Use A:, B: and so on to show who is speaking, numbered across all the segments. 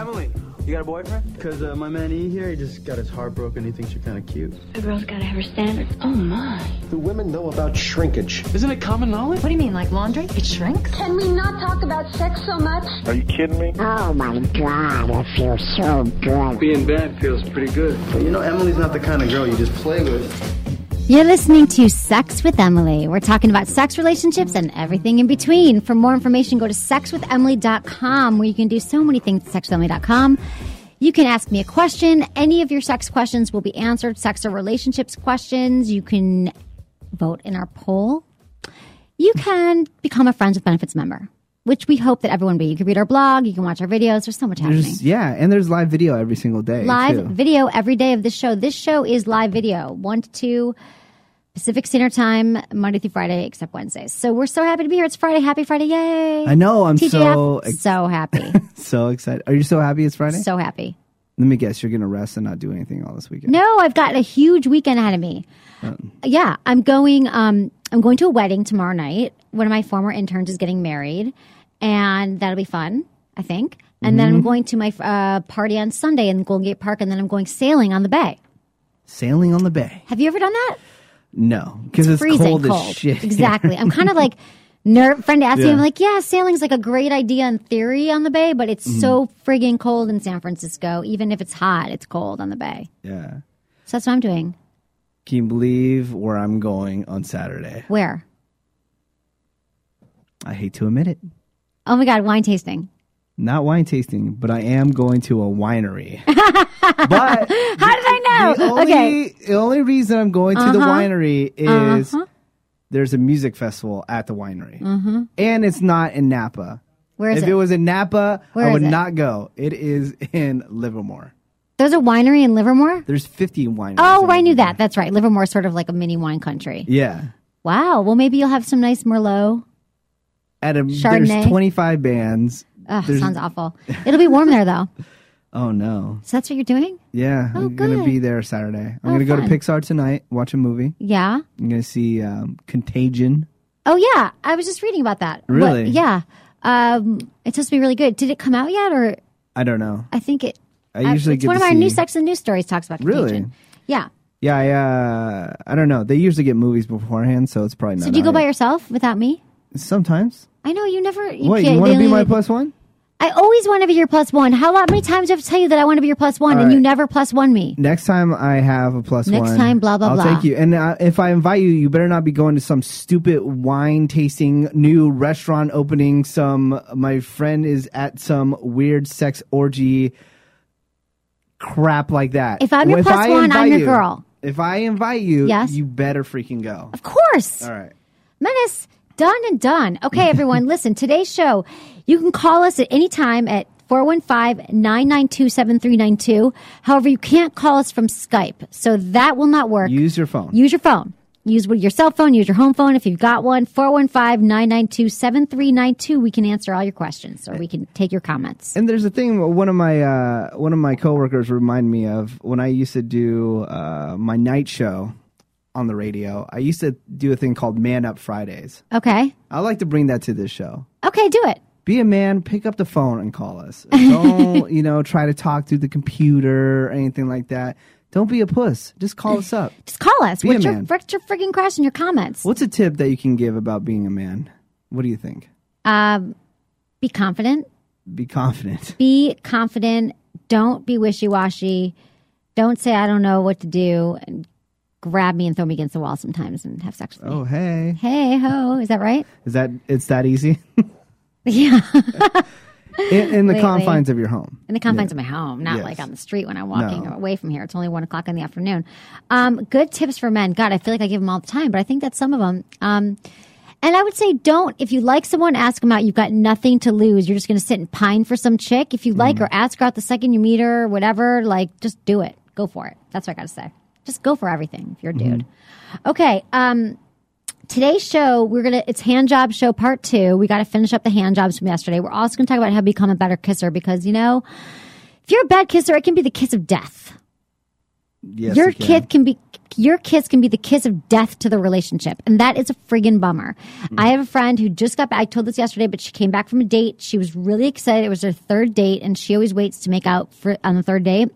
A: You got a boyfriend?
B: Because uh, my man E here, he just got his heart broken. He thinks you're kind of cute.
C: A girl's gotta have her standards. Oh my.
D: Do women know about shrinkage?
B: Isn't it common knowledge?
E: What do you mean, like laundry? It shrinks?
F: Can we not talk about sex so much?
G: Are you kidding me?
H: Oh my god, it feels so good.
B: Being bad feels pretty good. But you know, Emily's not the kind of girl you just play with.
I: You're listening to Sex with Emily. We're talking about sex relationships and everything in between. For more information, go to sexwithemily.com where you can do so many things at sexwithemily.com. You can ask me a question. Any of your sex questions will be answered, sex or relationships questions. You can vote in our poll. You can become a Friends with Benefits member, which we hope that everyone will be. You can read our blog, you can watch our videos. There's so much happening.
J: There's, yeah, and there's live video every single day.
I: live
J: too.
I: video every day of this show. This show is live video, one to two Pacific Standard Time, Monday through Friday, except Wednesdays. So we're so happy to be here. It's Friday. Happy Friday. Yay.
J: I know. I'm so
I: TGF,
J: ex-
I: so happy.
J: so excited. Are you so happy it's Friday?
I: so happy.
J: Let me guess, you're gonna rest and not do anything all this weekend.
I: No, I've got a huge weekend ahead of me.
J: Mm.
I: Yeah, I'm going. Um, I'm going to a wedding tomorrow night. One of my former interns is getting married, and that'll be fun. I think. And
J: Mm-hmm.
I: then I'm going to my uh, party on Sunday in Golden Gate Park, and then I'm going sailing on the bay.
J: Sailing on the bay.
I: Have you ever done that?
J: No, because it's,
I: freezing
J: cold,
I: cold.
J: as shit.
I: Exactly. I'm kind of like nerve. Friend asked me,
J: Yeah.
I: I'm like, yeah, sailing's like a great idea in theory on the bay, but it's so
J: Mm-hmm.
I: friggin' cold in San Francisco. Even if it's hot, it's cold on the bay.
J: yeah.
I: So that's what I'm doing.
J: Can you believe where I'm going on Saturday?
I: Where?
J: I hate to admit it.
I: Oh my god, wine tasting.
J: Not wine tasting, but I am going to a winery. but
I: How did I
J: the only,
I: know? Oh, okay.
J: the only reason I'm going to the
I: Uh-huh.
J: winery is there's a music festival at the winery, and it's not in Napa.
I: Mm-hmm. Where is
J: if
I: it?
J: it? was in Napa,
I: Where
J: I
I: is
J: would
I: it?
J: not go. It is in Livermore.
I: There's a winery in Livermore?
J: There's 50 wineries.
I: Oh,
J: in
I: I knew
J: Livermore.
I: that. That's right. Livermore's sort of like a mini wine country.
J: Yeah,
I: Wow. Well, maybe you'll have some nice Merlot.
J: at a
I: Chardonnay.
J: there's 25 bands.
I: Ugh,
J: There's-
I: sounds awful. It'll be warm there, though.
J: Oh no.
I: So that's what you're doing?
J: Yeah,
I: Oh,
J: I'm gonna
I: good.
J: be there Saturday. I'm
I: Oh,
J: gonna go
I: fun.
J: to Pixar tonight, watch a movie.
I: Yeah.
J: I'm gonna see um, Contagion.
I: Oh, yeah. I was just reading about that. What-
J: Really?
I: yeah. Um, it's supposed to be really good. Did it come out yet? Or
J: I don't know.
I: I think it.
J: I usually
I: it's
J: get
I: one
J: to
I: of our new
J: see-
I: Sex and News stories talks about
J: Really?
I: Contagion. Yeah.
J: Yeah, I, uh, I don't know. They usually get movies beforehand, so it's probably not.
I: So do you go
J: out
I: by
J: yet.
I: yourself without me?
J: Sometimes.
I: I know you never. You
J: Wait,
I: can't-
J: you
I: they
J: want to be
I: only
J: my
I: let-
J: plus one?
I: I always want to be your plus one. How lot- many times do I have to tell you that I want to be your plus one
J: All
I: and you
J: right.
I: never plus one me?
J: Next time I have a plus
I: Next
J: one.
I: time, blah, blah,
J: I'll
I: blah.
J: take you. And uh, if I invite you, you better not be going to some stupid wine tasting new restaurant opening. Some my friend is at some weird sex orgy crap like that.
I: If I'm your plus
J: I
I: one, I'm
J: invite
I: your
J: you-
I: girl.
J: If I invite you,
I: Yes.
J: you better freaking go.
I: Of course.
J: All right.
I: Menace, done and done. Okay, everyone, listen, today's show, you can call us at any time at 415-992-7392. However, you can't call us from Skype, so that will not work.
J: Use your phone.
I: Use your phone. Use your cell phone, use your home phone if you've got one. 415 992 7392. We can answer all your questions or we can take your comments.
J: And there's a thing one of my uh, one of my coworkers remind me of when I used to do uh, my night show on the radio. I used to do a thing called Man Up Fridays.
I: Okay.
J: I like to bring that to this show.
I: Okay, do it.
J: Be a man, pick up the phone and call us. Don't, you know, try to talk through the computer or anything like that. Don't be a puss. Just call us up.
I: Just call us.
J: Be a
I: What's your,
J: man.
I: what's your friggin' question, your comments?
J: What's a tip that you can give about being a man? What do you think?
I: Um, be confident.
J: Be confident.
I: Be confident. Don't be wishy washy. Don't say, I don't know what to do, and grab me and throw me against the wall sometimes and have sex with me.
J: Oh, hey.
I: Hey, ho. Is that right?
J: Is that it's that easy?
I: Yeah.
J: In, in the
I: Wait, wait.
J: confines of your home.
I: In the confines of my home, not
J: Yes.
I: like on the street when I'm walking
J: No.
I: away from here. It's only one o'clock in the afternoon. Um, good tips for men. God, I feel like I give them all the time, but I think that's some of them. Um, and I would say don't. If you like someone, ask them out. You've got nothing to lose. You're just going to sit and pine for some chick. If you like
J: Mm-hmm.
I: her, ask her out the second you meet her, whatever. Like, just do it. Go for it. That's what I got to say. Just go for everything if you're a dude.
J: Mm-hmm.
I: Okay. Um, today's show we're gonna it's hand job show part two we gotta finish up the hand jobs from yesterday we're also gonna talk about how to become a better kisser because you know if you're a bad kisser it can be the kiss of death
J: Yes,
I: your
J: it can.
I: kid can be your kiss can be the kiss of death to the relationship and that is a friggin bummer
J: Mm.
I: i have a friend who just got back i told this yesterday but she came back from a date she was really excited it was her third date and she always waits to make out for on the third date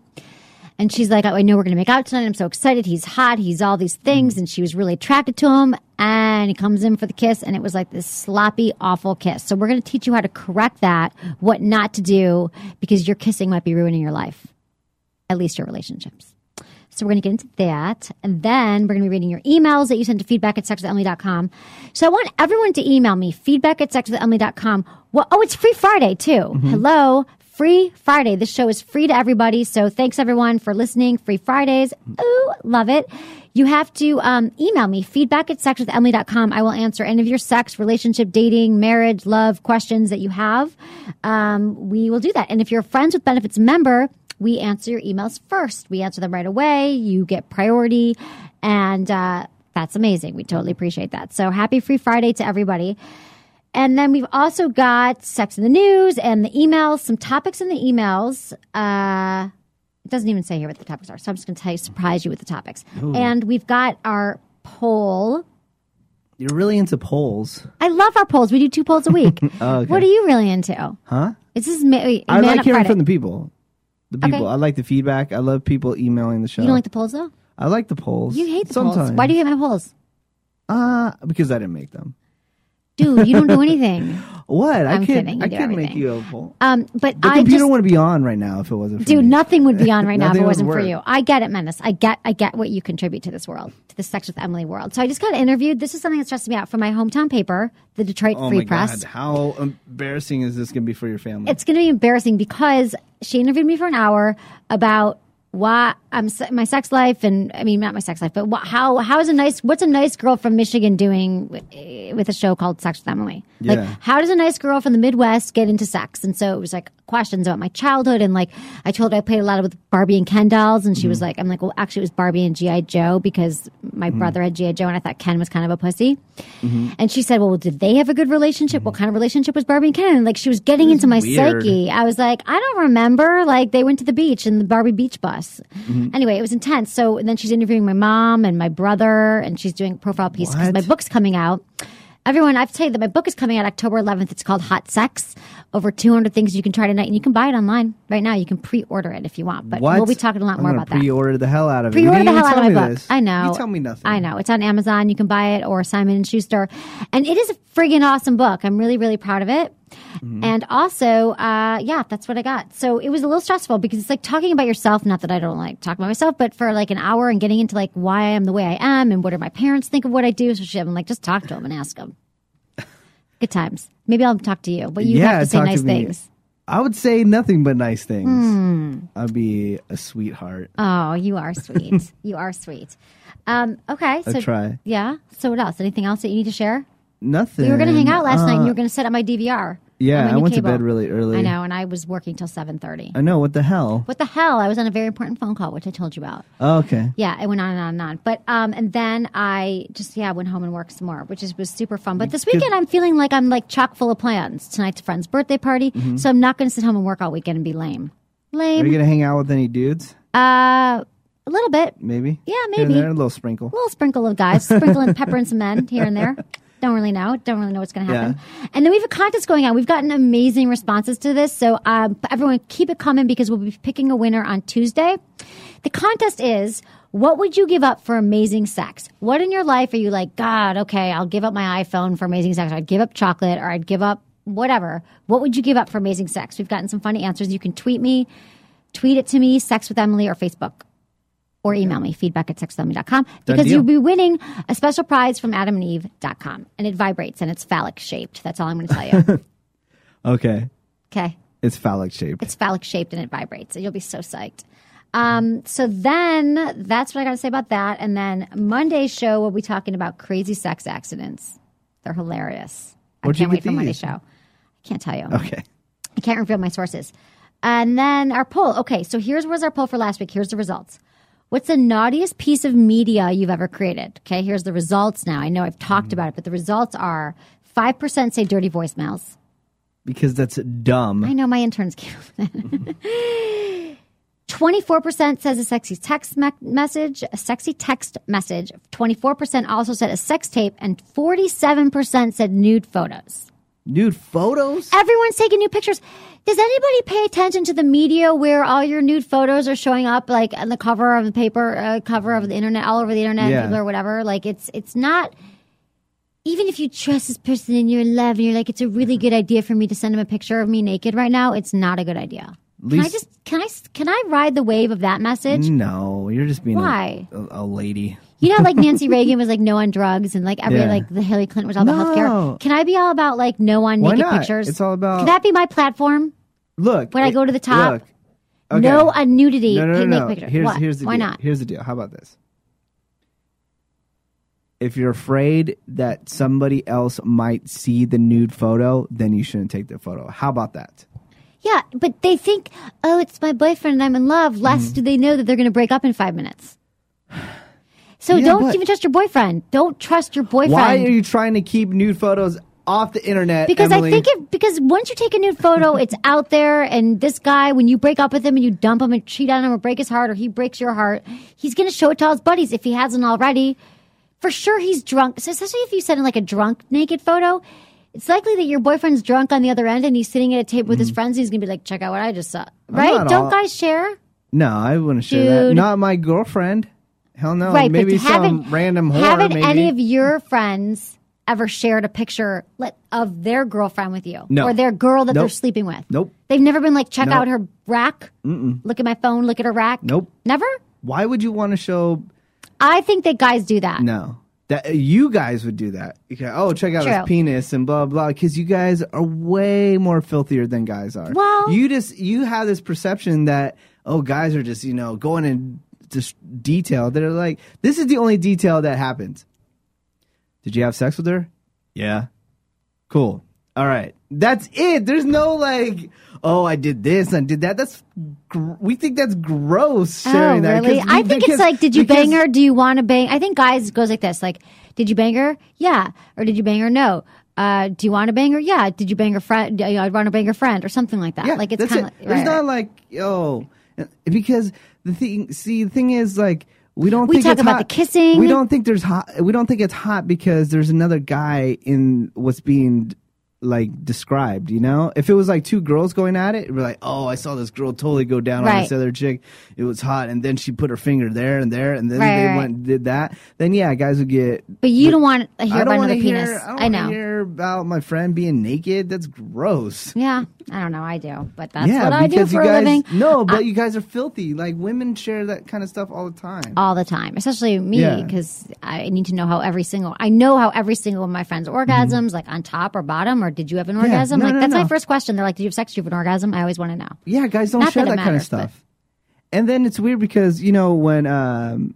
I: and she's like, oh, I know we're going to make out tonight. I'm so excited. He's hot. He's all these
J: Mm.
I: things. And she was really attracted to him. And he comes in for the kiss. And it was like this sloppy, awful kiss. So we're going to teach you how to correct that, what not to do, because your kissing might be ruining your life, at least your relationships. So we're going to get into that. And then we're going to be reading your emails that you send to feedback at sexwithemily.com. So I want everyone to email me feedback at sexwithemily.com. Well, oh, it's Free Friday too. Hello. Free Friday. This show is free to everybody. So thanks everyone for listening. Free Fridays. Ooh, love it. You have to um, email me feedback at sexwithemily.com. I will answer any of your sex, relationship, dating, marriage, love questions that you have. Um, we will do that. And if you're a Friends with Benefits member, we answer your emails first. We answer them right away. You get priority, and uh, that's amazing. We totally appreciate that. So happy Free Friday to everybody. And then we've also got sex in the news and the emails, some topics in the emails. Uh, it doesn't even say here what the topics are, so I'm just going to tell you, surprise you with the topics. And we've got our poll.
J: You're really into polls.
I: I love our polls. We do two polls a week. What are you really into?
J: Huh?
I: This is ma- Man
J: I like
I: Up
J: hearing
I: Friday.
J: from the people. The people.
I: Okay.
J: I like the feedback. I love people emailing the show.
I: You don't like the polls though.
J: I like the polls.
I: You hate the
J: Sometimes.
I: polls. Why do you hate my polls?
J: Uh, because I didn't make them.
I: Dude, you don't do anything.
J: What? I
I: I'm
J: can't.
I: kidding. You
J: I
I: do
J: can't make
I: everything.
J: you a poll.
I: Um, but
J: The
I: I
J: computer
I: just,
J: wouldn't be on right now if it wasn't for
I: dude,
J: me.
I: nothing would be on right now if
J: Nothing
I: it
J: would
I: wasn't for
J: work.
I: you. I get it, Menace. I get, I get what you contribute to this world, to the Sex with Emily world. So I just got interviewed. This is something that stresses me out from my hometown paper, the Detroit
J: Oh
I: Free
J: my
I: Press.
J: god! How embarrassing is this going to be for your family?
I: It's going to be embarrassing because she interviewed me for an hour about why I'm se- my sex life, and I mean not my sex life, but wh- how how is a nice what's a nice girl from Michigan doing w- eh, with a show called Sex with Emily? Like
J: Yeah.
I: how does a nice girl from the Midwest get into sex? And so it was like questions about my childhood, and like I told her I played a lot with Barbie and Ken dolls, and she was like, I'm like, well, actually it was Barbie and GI Joe because my brother had GI Joe, and I thought Ken was kind of a pussy. And she said, well, did they have a good relationship? What kind of relationship was Barbie and Ken? And, like she was getting into my
J: Mm-hmm. weird.
I: psyche. I was like, I don't remember. Like they went to the beach in the Barbie beach bus.
J: Mm-hmm.
I: Anyway, it was intense. So then she's interviewing my mom and my brother, and she's doing a profile piece because
J: What?
I: my book's coming out. Everyone, I've told you that my book is coming out October 11th. It's called Hot Sex. Over 200 things you can try tonight, and you can buy it online right now. You can pre-order it if you want, but
J: What?
I: we'll be talking a lot
J: I'm
I: more
J: gonna
I: about that.
J: Pre-order the hell out of it. You
I: Pre-order
J: didn't
I: the hell
J: even
I: out of
J: tell me
I: my book.
J: this.
I: I know.
J: You tell me nothing.
I: I know. It's on Amazon. You can buy it or Simon and Schuster, and it is a friggin' awesome book. I'm really, really proud of it.
J: Mm-hmm.
I: And also, uh, yeah, that's what I got. So it was a little stressful because it's like talking about yourself. Not that I don't like talking about myself, but for like an hour and getting into like why I am the way I am and what do my parents think of what I do. So shit, I'm like, just talk to them and ask them. Good times. Maybe I'll talk to you, but you
J: Yeah,
I: have to say
J: talk to
I: nice
J: me.
I: things.
J: I would say nothing but nice things.
I: Hmm.
J: I'd be a sweetheart.
I: Oh, you are sweet. you are sweet. Um, okay. So,
J: try.
I: Yeah. So what else? Anything else that you need to share?
J: Nothing.
I: We were going to hang out last night, and
J: Uh,
I: you were going to set up my DVR.
J: Yeah,
I: on my
J: I
I: new
J: went to
I: cable.
J: bed really early.
I: I know, and I was working till seven thirty.
J: uh, I know. What the hell?
I: What the hell? I was on a very important phone call, which I told you about.
J: Oh, okay.
I: Yeah, it went on and on and on. But um, and then I just yeah went home and worked some more, which is, was super fun.
J: Mm,
I: But this weekend I'm feeling like I'm like chock full of plans. Tonight's a friend's birthday party, so I'm not going to sit home and work all weekend and be lame.
J: Mm-hmm. Are you
I: Lame.
J: gonna hang out with any dudes?
I: Uh, a little bit,
J: Maybe.
I: Yeah,
J: Here and
I: maybe.
J: there, a little sprinkle.
I: little sprinkle of guys, sprinkling pepper and some men here and there. Don't really know. Don't really know what's going to happen. And then we have a contest going on. We've gotten amazing responses to this. So um, everyone, keep it coming because we'll be picking a winner on Tuesday. The contest is what would you give up for amazing sex? What in your life are you like, God, okay, I'll give up my iPhone for amazing sex, or I'd give up chocolate, or I'd give up whatever. What would you give up for amazing sex? We've gotten some funny answers. You can tweet me, tweet it to me, Sex with Emily, or Facebook or email me feedback at sexwithemily.com because
J: deal.
I: you'll be winning a special prize from adamandeve.com and it vibrates and it's phallic shaped that's all i'm going to tell you
J: Okay.
I: okay
J: It's phallic shaped.
I: it's phallic shaped and it vibrates and you'll be so psyched um, so then that's what i got to say about that and then monday's show we'll be talking about crazy sex accidents they're hilarious
J: Where'd you
I: i can't
J: get
I: wait for monday's
J: these?
I: show i can't tell you
J: okay.
I: I can't reveal my sources. And then our poll. Okay, so here's was our poll for last week. Here's the results. What's the naughtiest piece of media you've ever created? Okay, here's the results now. I know I've talked about it, but the results are 5% say dirty voicemails.
J: Because that's dumb.
I: I know my interns came up with that. 24% says a sexy text me- message, a sexy text message. 24% also said a sex tape, and 47% said nude photos.
J: Nude photos?
I: Everyone's taking new pictures. Does anybody pay attention to the media where all your nude photos are showing up, like on the cover of the paper, uh, cover of the internet, all over the internet,
J: Yeah.
I: people or whatever? Like it's it's not. Even if you trust this person and you're in love and you're like, it's a really good idea for me to send him a picture of me naked right now. It's not a good idea. can I
J: Least-
I: just can I s- can I ride the wave of that message?
J: Mm. No, you're just being a-
I: Why?
J: A, a lady.
I: You know, how, like Nancy Reagan was like no on drugs, and like every
J: Yeah.
I: like the Hillary Clinton was all about
J: No.
I: healthcare. Can I be all about like no on
J: Why
I: naked
J: not?
I: pictures?
J: It's all about-
I: Can that be my platform?
J: Look.
I: When I go to the top,
J: Look. Okay.
I: No on nudity.
J: No, no, no,
I: naked
J: no.
I: picture.
J: Here's,
I: What?
J: here's the
I: Why
J: deal.
I: not?
J: Here's the deal. How about this? If you're afraid that somebody else might see the nude photo, then you shouldn't take the photo. How about that?
I: Yeah, but they think, oh, it's my boyfriend and I'm in love. Less
J: Mm-hmm.
I: do they know that they're going to break up in five minutes. So
J: Yeah,
I: don't
J: but-
I: even trust your boyfriend. Don't trust your boyfriend.
J: Why are you trying to keep nude photos off the internet?
I: Because
J: Emily?
I: I think it because once you take a nude photo, it's out there, and this guy, when you break up with him and you dump him and cheat on him or break his heart or he breaks your heart, he's gonna show it to all his buddies if he hasn't already. For sure, he's drunk. So especially if you send him like a drunk naked photo, it's likely that your boyfriend's drunk on the other end and he's sitting at a table with his friends. and He's gonna be like, "Check out what I just saw." Right?
J: Mm-hmm. not
I: Don't
J: all-
I: guys share?
J: no, I wouldn't share that.
I: Dude.
J: Not my girlfriend. Hell no.
I: right?
J: maybe
I: but
J: some
I: haven't,
J: random whore.
I: haven't
J: maybe.
I: any of your friends ever shared a picture like, of their girlfriend with you
J: No.
I: or their girl that they're
J: Nope.
I: sleeping with?
J: Nope.
I: They've never been like, check
J: Nope.
I: out her rack. Look at my phone. Look at her rack.
J: Nope.
I: Never.
J: Why would you want to show?
I: I think that guys do that.
J: No, that you guys would do that. You go, oh, check out
I: True.
J: his penis and blah blah. Because you guys are way more filthier than guys are.
I: Well-
J: you just you have this perception that oh, guys are just you know going in just detail. They're like, this is the only detail that happens. Did you have sex with her? Yeah. Cool. All right. That's it. There's no like, oh, I did this, I did that. That's gr- we think that's gross.
I: Oh,
J: sharing that,
I: really?
J: 'cause we-
I: I think
J: because-
I: it's like, did you
J: because-
I: bang her? Do you want to bang? I think guys goes like this: like, did you bang her? Yeah. Or did you bang her? No. Uh, do you want to bang her? Yeah. Did you bang her friend? You know, I'd want to bang her friend or something like that.
J: Yeah,
I: like it's
J: that's
I: kind
J: it.
I: of
J: It's not like yo, because the thing. See, the thing is like we don't.
I: We
J: think
I: talk
J: it's
I: about
J: hot.
I: the kissing.
J: We don't think there's hot. We don't think it's hot because there's another guy in what's being like described. You know, if it was like two girls going at it, we're like, oh, I saw this girl totally go down on this
I: Right.
J: other chick. It was hot, and then she put her finger there and there, and then
I: Right,
J: they
I: right,
J: went and did that. Then yeah, guys would get.
I: But you don't want to hear
J: I
I: about
J: don't want
I: another
J: to hear.
I: penis.
J: I don't
I: I
J: wanna
I: know.
J: hear about my friend being naked. That's gross.
I: Yeah, I don't know. I do, but that's
J: yeah,
I: what I do
J: because
I: for
J: you
I: a
J: guys,
I: living
J: No, but you guys are filthy. Like women share that kind of stuff all the time.
I: all the time, especially me
J: Yeah.
I: because I need to know how every single I know how every single one of my friends' orgasms, like on top or bottom, or did you have an orgasm?
J: Mm-hmm. No,
I: like
J: no,
I: that's
J: no.
I: my first question. They're like, did you have sex? Did you have an orgasm? I always want to know.
J: yeah, guys don't
I: Not
J: share
I: that
J: that,
I: it
J: kind of
I: matters, but-
J: stuff. And then it's weird because you know when um,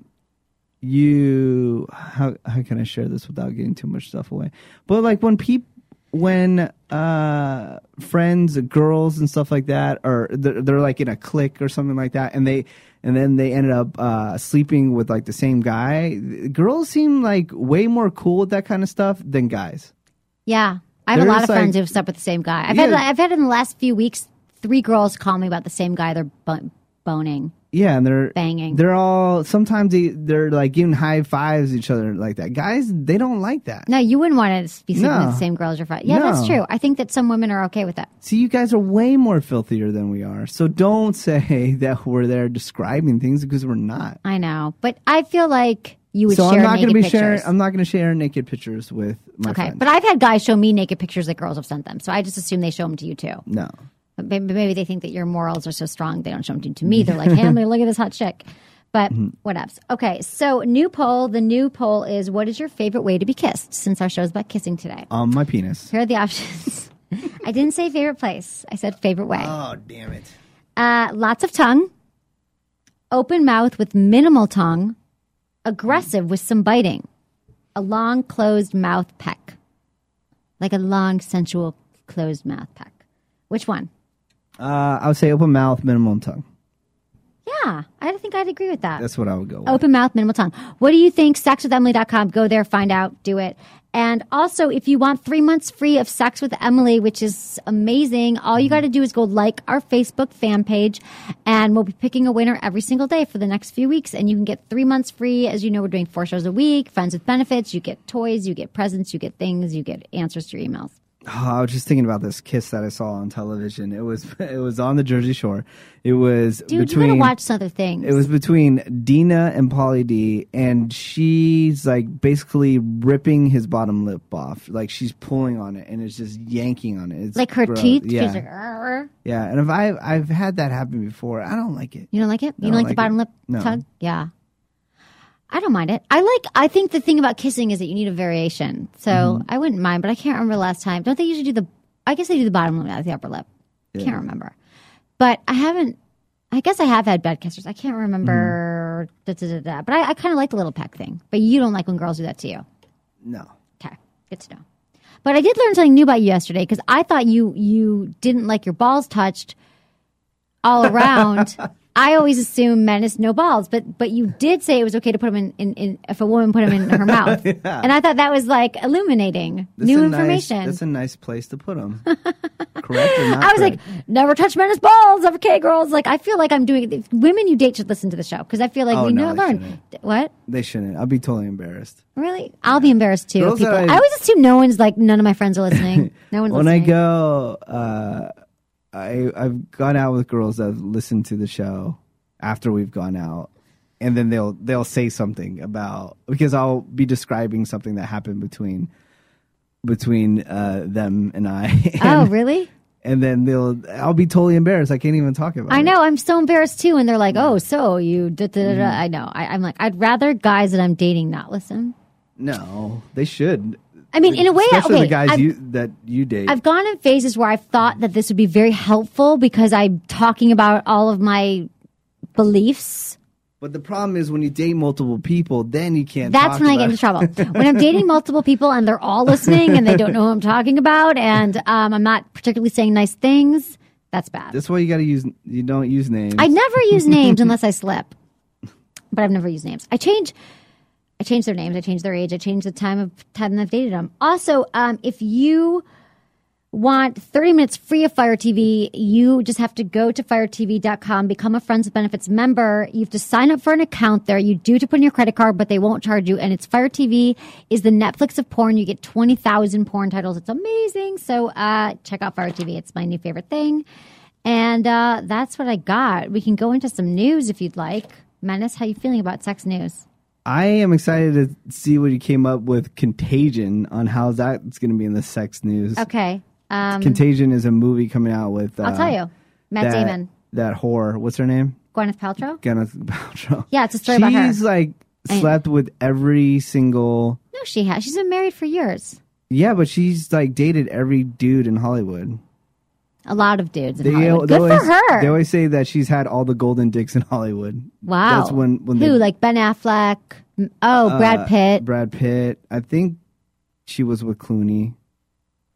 J: you how how can I share this without getting too much stuff away? But like when people when uh friends girls and stuff like that or they're, they're like in a clique or something like that and they and then they ended up uh sleeping with like the same guy girls seem like way more cool with that kind of stuff than guys
I: Yeah, I have
J: There
I: a lot
J: is,
I: of friends
J: like-
I: who've slept with the same guy. I've had
J: Yeah.
I: I've had in the last few weeks three girls call me about the same guy they're bu- boning.
J: Yeah, and they're
I: Banging.
J: They're all sometimes they they're like giving high fives to each other like that. Guys, they don't like that.
I: No, you wouldn't want to be sleeping
J: No.
I: with the same girl as your friend. Yeah,
J: No.
I: that's true. I think that some women are okay with that.
J: See, you guys are way more filthier than we are. So don't say that we're there describing things because we're not.
I: I know, but I feel like you would
J: So
I: share
J: I'm not
I: naked
J: gonna be
I: pictures.
J: sharing. I'm not going to share naked pictures with my
I: okay,
J: friends.
I: but I've had guys show me naked pictures that girls have sent them, so I just assume they show them to you too.
J: no.
I: But maybe, maybe they think that your morals are so strong they don't show them to, to me. They're like, "Hey, look at this hot chick." But
J: Mm-hmm.
I: what else? Okay, so new poll. The new poll is: What is your favorite way to be kissed? Since our show is about kissing today,
J: Um, my penis.
I: here are the options. I didn't say favorite place. I said favorite way.
J: Oh damn it!
I: Uh, lots of tongue, open mouth with minimal tongue, aggressive with some biting, a long closed mouth peck, like a long sensual closed mouth peck. Which one?
J: Uh, I would say open mouth, minimum tongue.
I: Yeah, Yeah, I think I'd agree with that.
J: That's what I would go with.
I: Open mouth, minimal tongue. What do you think? Sexwithemily.com. Go there, find out, do it. And also, if you want three months free of Sex with Emily, which is amazing, all you got to do is go like our Facebook fan page, and we'll be picking a winner every single day for the next few weeks. And you can get three months free. As you know, we're doing four shows a week, friends with benefits. You get toys, you get presents, you get things, you get answers to your emails.
J: Oh, I was just thinking about this kiss that I saw on television. It was it was on the Jersey Shore. It was
I: Dude, you
J: between
I: got to watch some other things.
J: it was between Dina and Polly D, and she's like basically ripping his bottom lip off. Like she's pulling on it and it's just yanking on it. It's
I: like her
J: gross.
I: teeth.
J: Yeah,
I: She's like, "Arr."
J: yeah. And if I I've had that happen before, I don't like it.
I: You don't like it? You
J: I
I: don't
J: don't
I: like, the
J: like
I: bottom
J: it.
I: lip
J: No.
I: tug? Yeah. I don't mind it. I like I think the thing about kissing is that you need a variation. So
J: Mm-hmm.
I: I wouldn't mind, but I can't remember last time. Don't they usually do the I guess they do the bottom lip, not the upper lip. I Can't remember. But I haven't I guess I have had bad kissers. I can't remember
J: Mm-hmm.
I: da, da, da, da. but I, I kinda like the little peck thing. But you don't like when girls do that to you.
J: No.
I: Okay, good to know. But I did learn something new about you yesterday because I thought you you didn't like your balls touched all around. I always assume men is no balls, but but you did say it was okay to put them in, in, in if a woman put them in her mouth, and I thought that was like illuminating
J: That's
I: new
J: a nice-
I: information.
J: that's a nice place to put them. correct or not?
I: I was like,
J: correct?
I: never touch men's balls. Okay, girls. Like, I feel like I'm doing. Women you date should listen to the show because I feel like
J: Oh,
I: we
J: no,
I: know
J: they
I: learn.
J: shouldn't.
I: What?
J: they shouldn't. I'll be totally embarrassed.
I: Really? I'll be embarrassed too.
J: Girls
I: people.
J: that
I: I,
J: I-
I: always assume no one's like none of my friends are listening. No one's
J: when
I: listening.
J: I go, uh, I I've gone out with girls that have listened to the show after we've gone out, and then they'll they'll say something about because I'll be describing something that happened between between uh, them and I.
I: Oh,
J: and,
I: really?
J: and then they'll I'll be totally embarrassed. I can't even talk about.
I: I
J: it.
I: know. I'm so embarrassed too. And they're like, oh, so you. Da, da, da, da.
J: Mm-hmm.
I: I know. I, I'm like, I'd rather guys that I'm dating not listen.
J: No, they should.
I: I mean, in a way,
J: especially
I: okay,
J: the guys
I: I've-
J: you that you date.
I: I've gone in phases where I thought that this would be very helpful because I'm talking about all of my beliefs.
J: but the problem is when you date multiple people, then you can't.
I: That's
J: talk
I: when I
J: about
I: get into
J: it.
I: trouble. when I'm dating multiple people and they're all listening and they don't know who I'm talking about and um, I'm not particularly saying nice things, that's bad.
J: That's why you got to use. You don't use names.
I: I never use names unless I slip. But I've never used names. I change I change their names, I change their age, I change the time of time that I've dated them. Also, um, if you want 30 minutes free of Fire TV, you just have to go to firetv.com, become a Friends with Benefits member. You have to sign up for an account there. You do have to put in your credit card, but they won't charge you. And it's Fire TV is the Netflix of porn. You get 20,000 porn titles. It's amazing. So uh, check out Fire TV. It's my new favorite thing. And uh, that's what I got. We can go into some news if you'd like. Menace, how you feeling about sex news?
J: I am excited to see what you came up with. Contagion on how that's going to be in the sex news.
I: Okay. Um,
J: Contagion is a movie coming out with. Uh,
I: I'll tell you. Matt
J: that,
I: Damon,
J: That whore. What's her name?
I: Gwyneth Paltrow.
J: Gwyneth Paltrow.
I: Yeah, it's a story
J: She's
I: about her.
J: like
I: I-
J: slept with every single.
I: No, she has. She's been married for years.
J: Yeah, but she's like dated every dude in Hollywood.
I: A lot of dudes in
J: They,
I: Hollywood.
J: they
I: Good
J: always,
I: for her.
J: They always say that she's had all the golden dicks in Hollywood.
I: wow.
J: That's when when
I: who
J: they,
I: like Ben Affleck? M- Oh,
J: uh,
I: Brad Pitt.
J: Brad Pitt. I think she was with Clooney.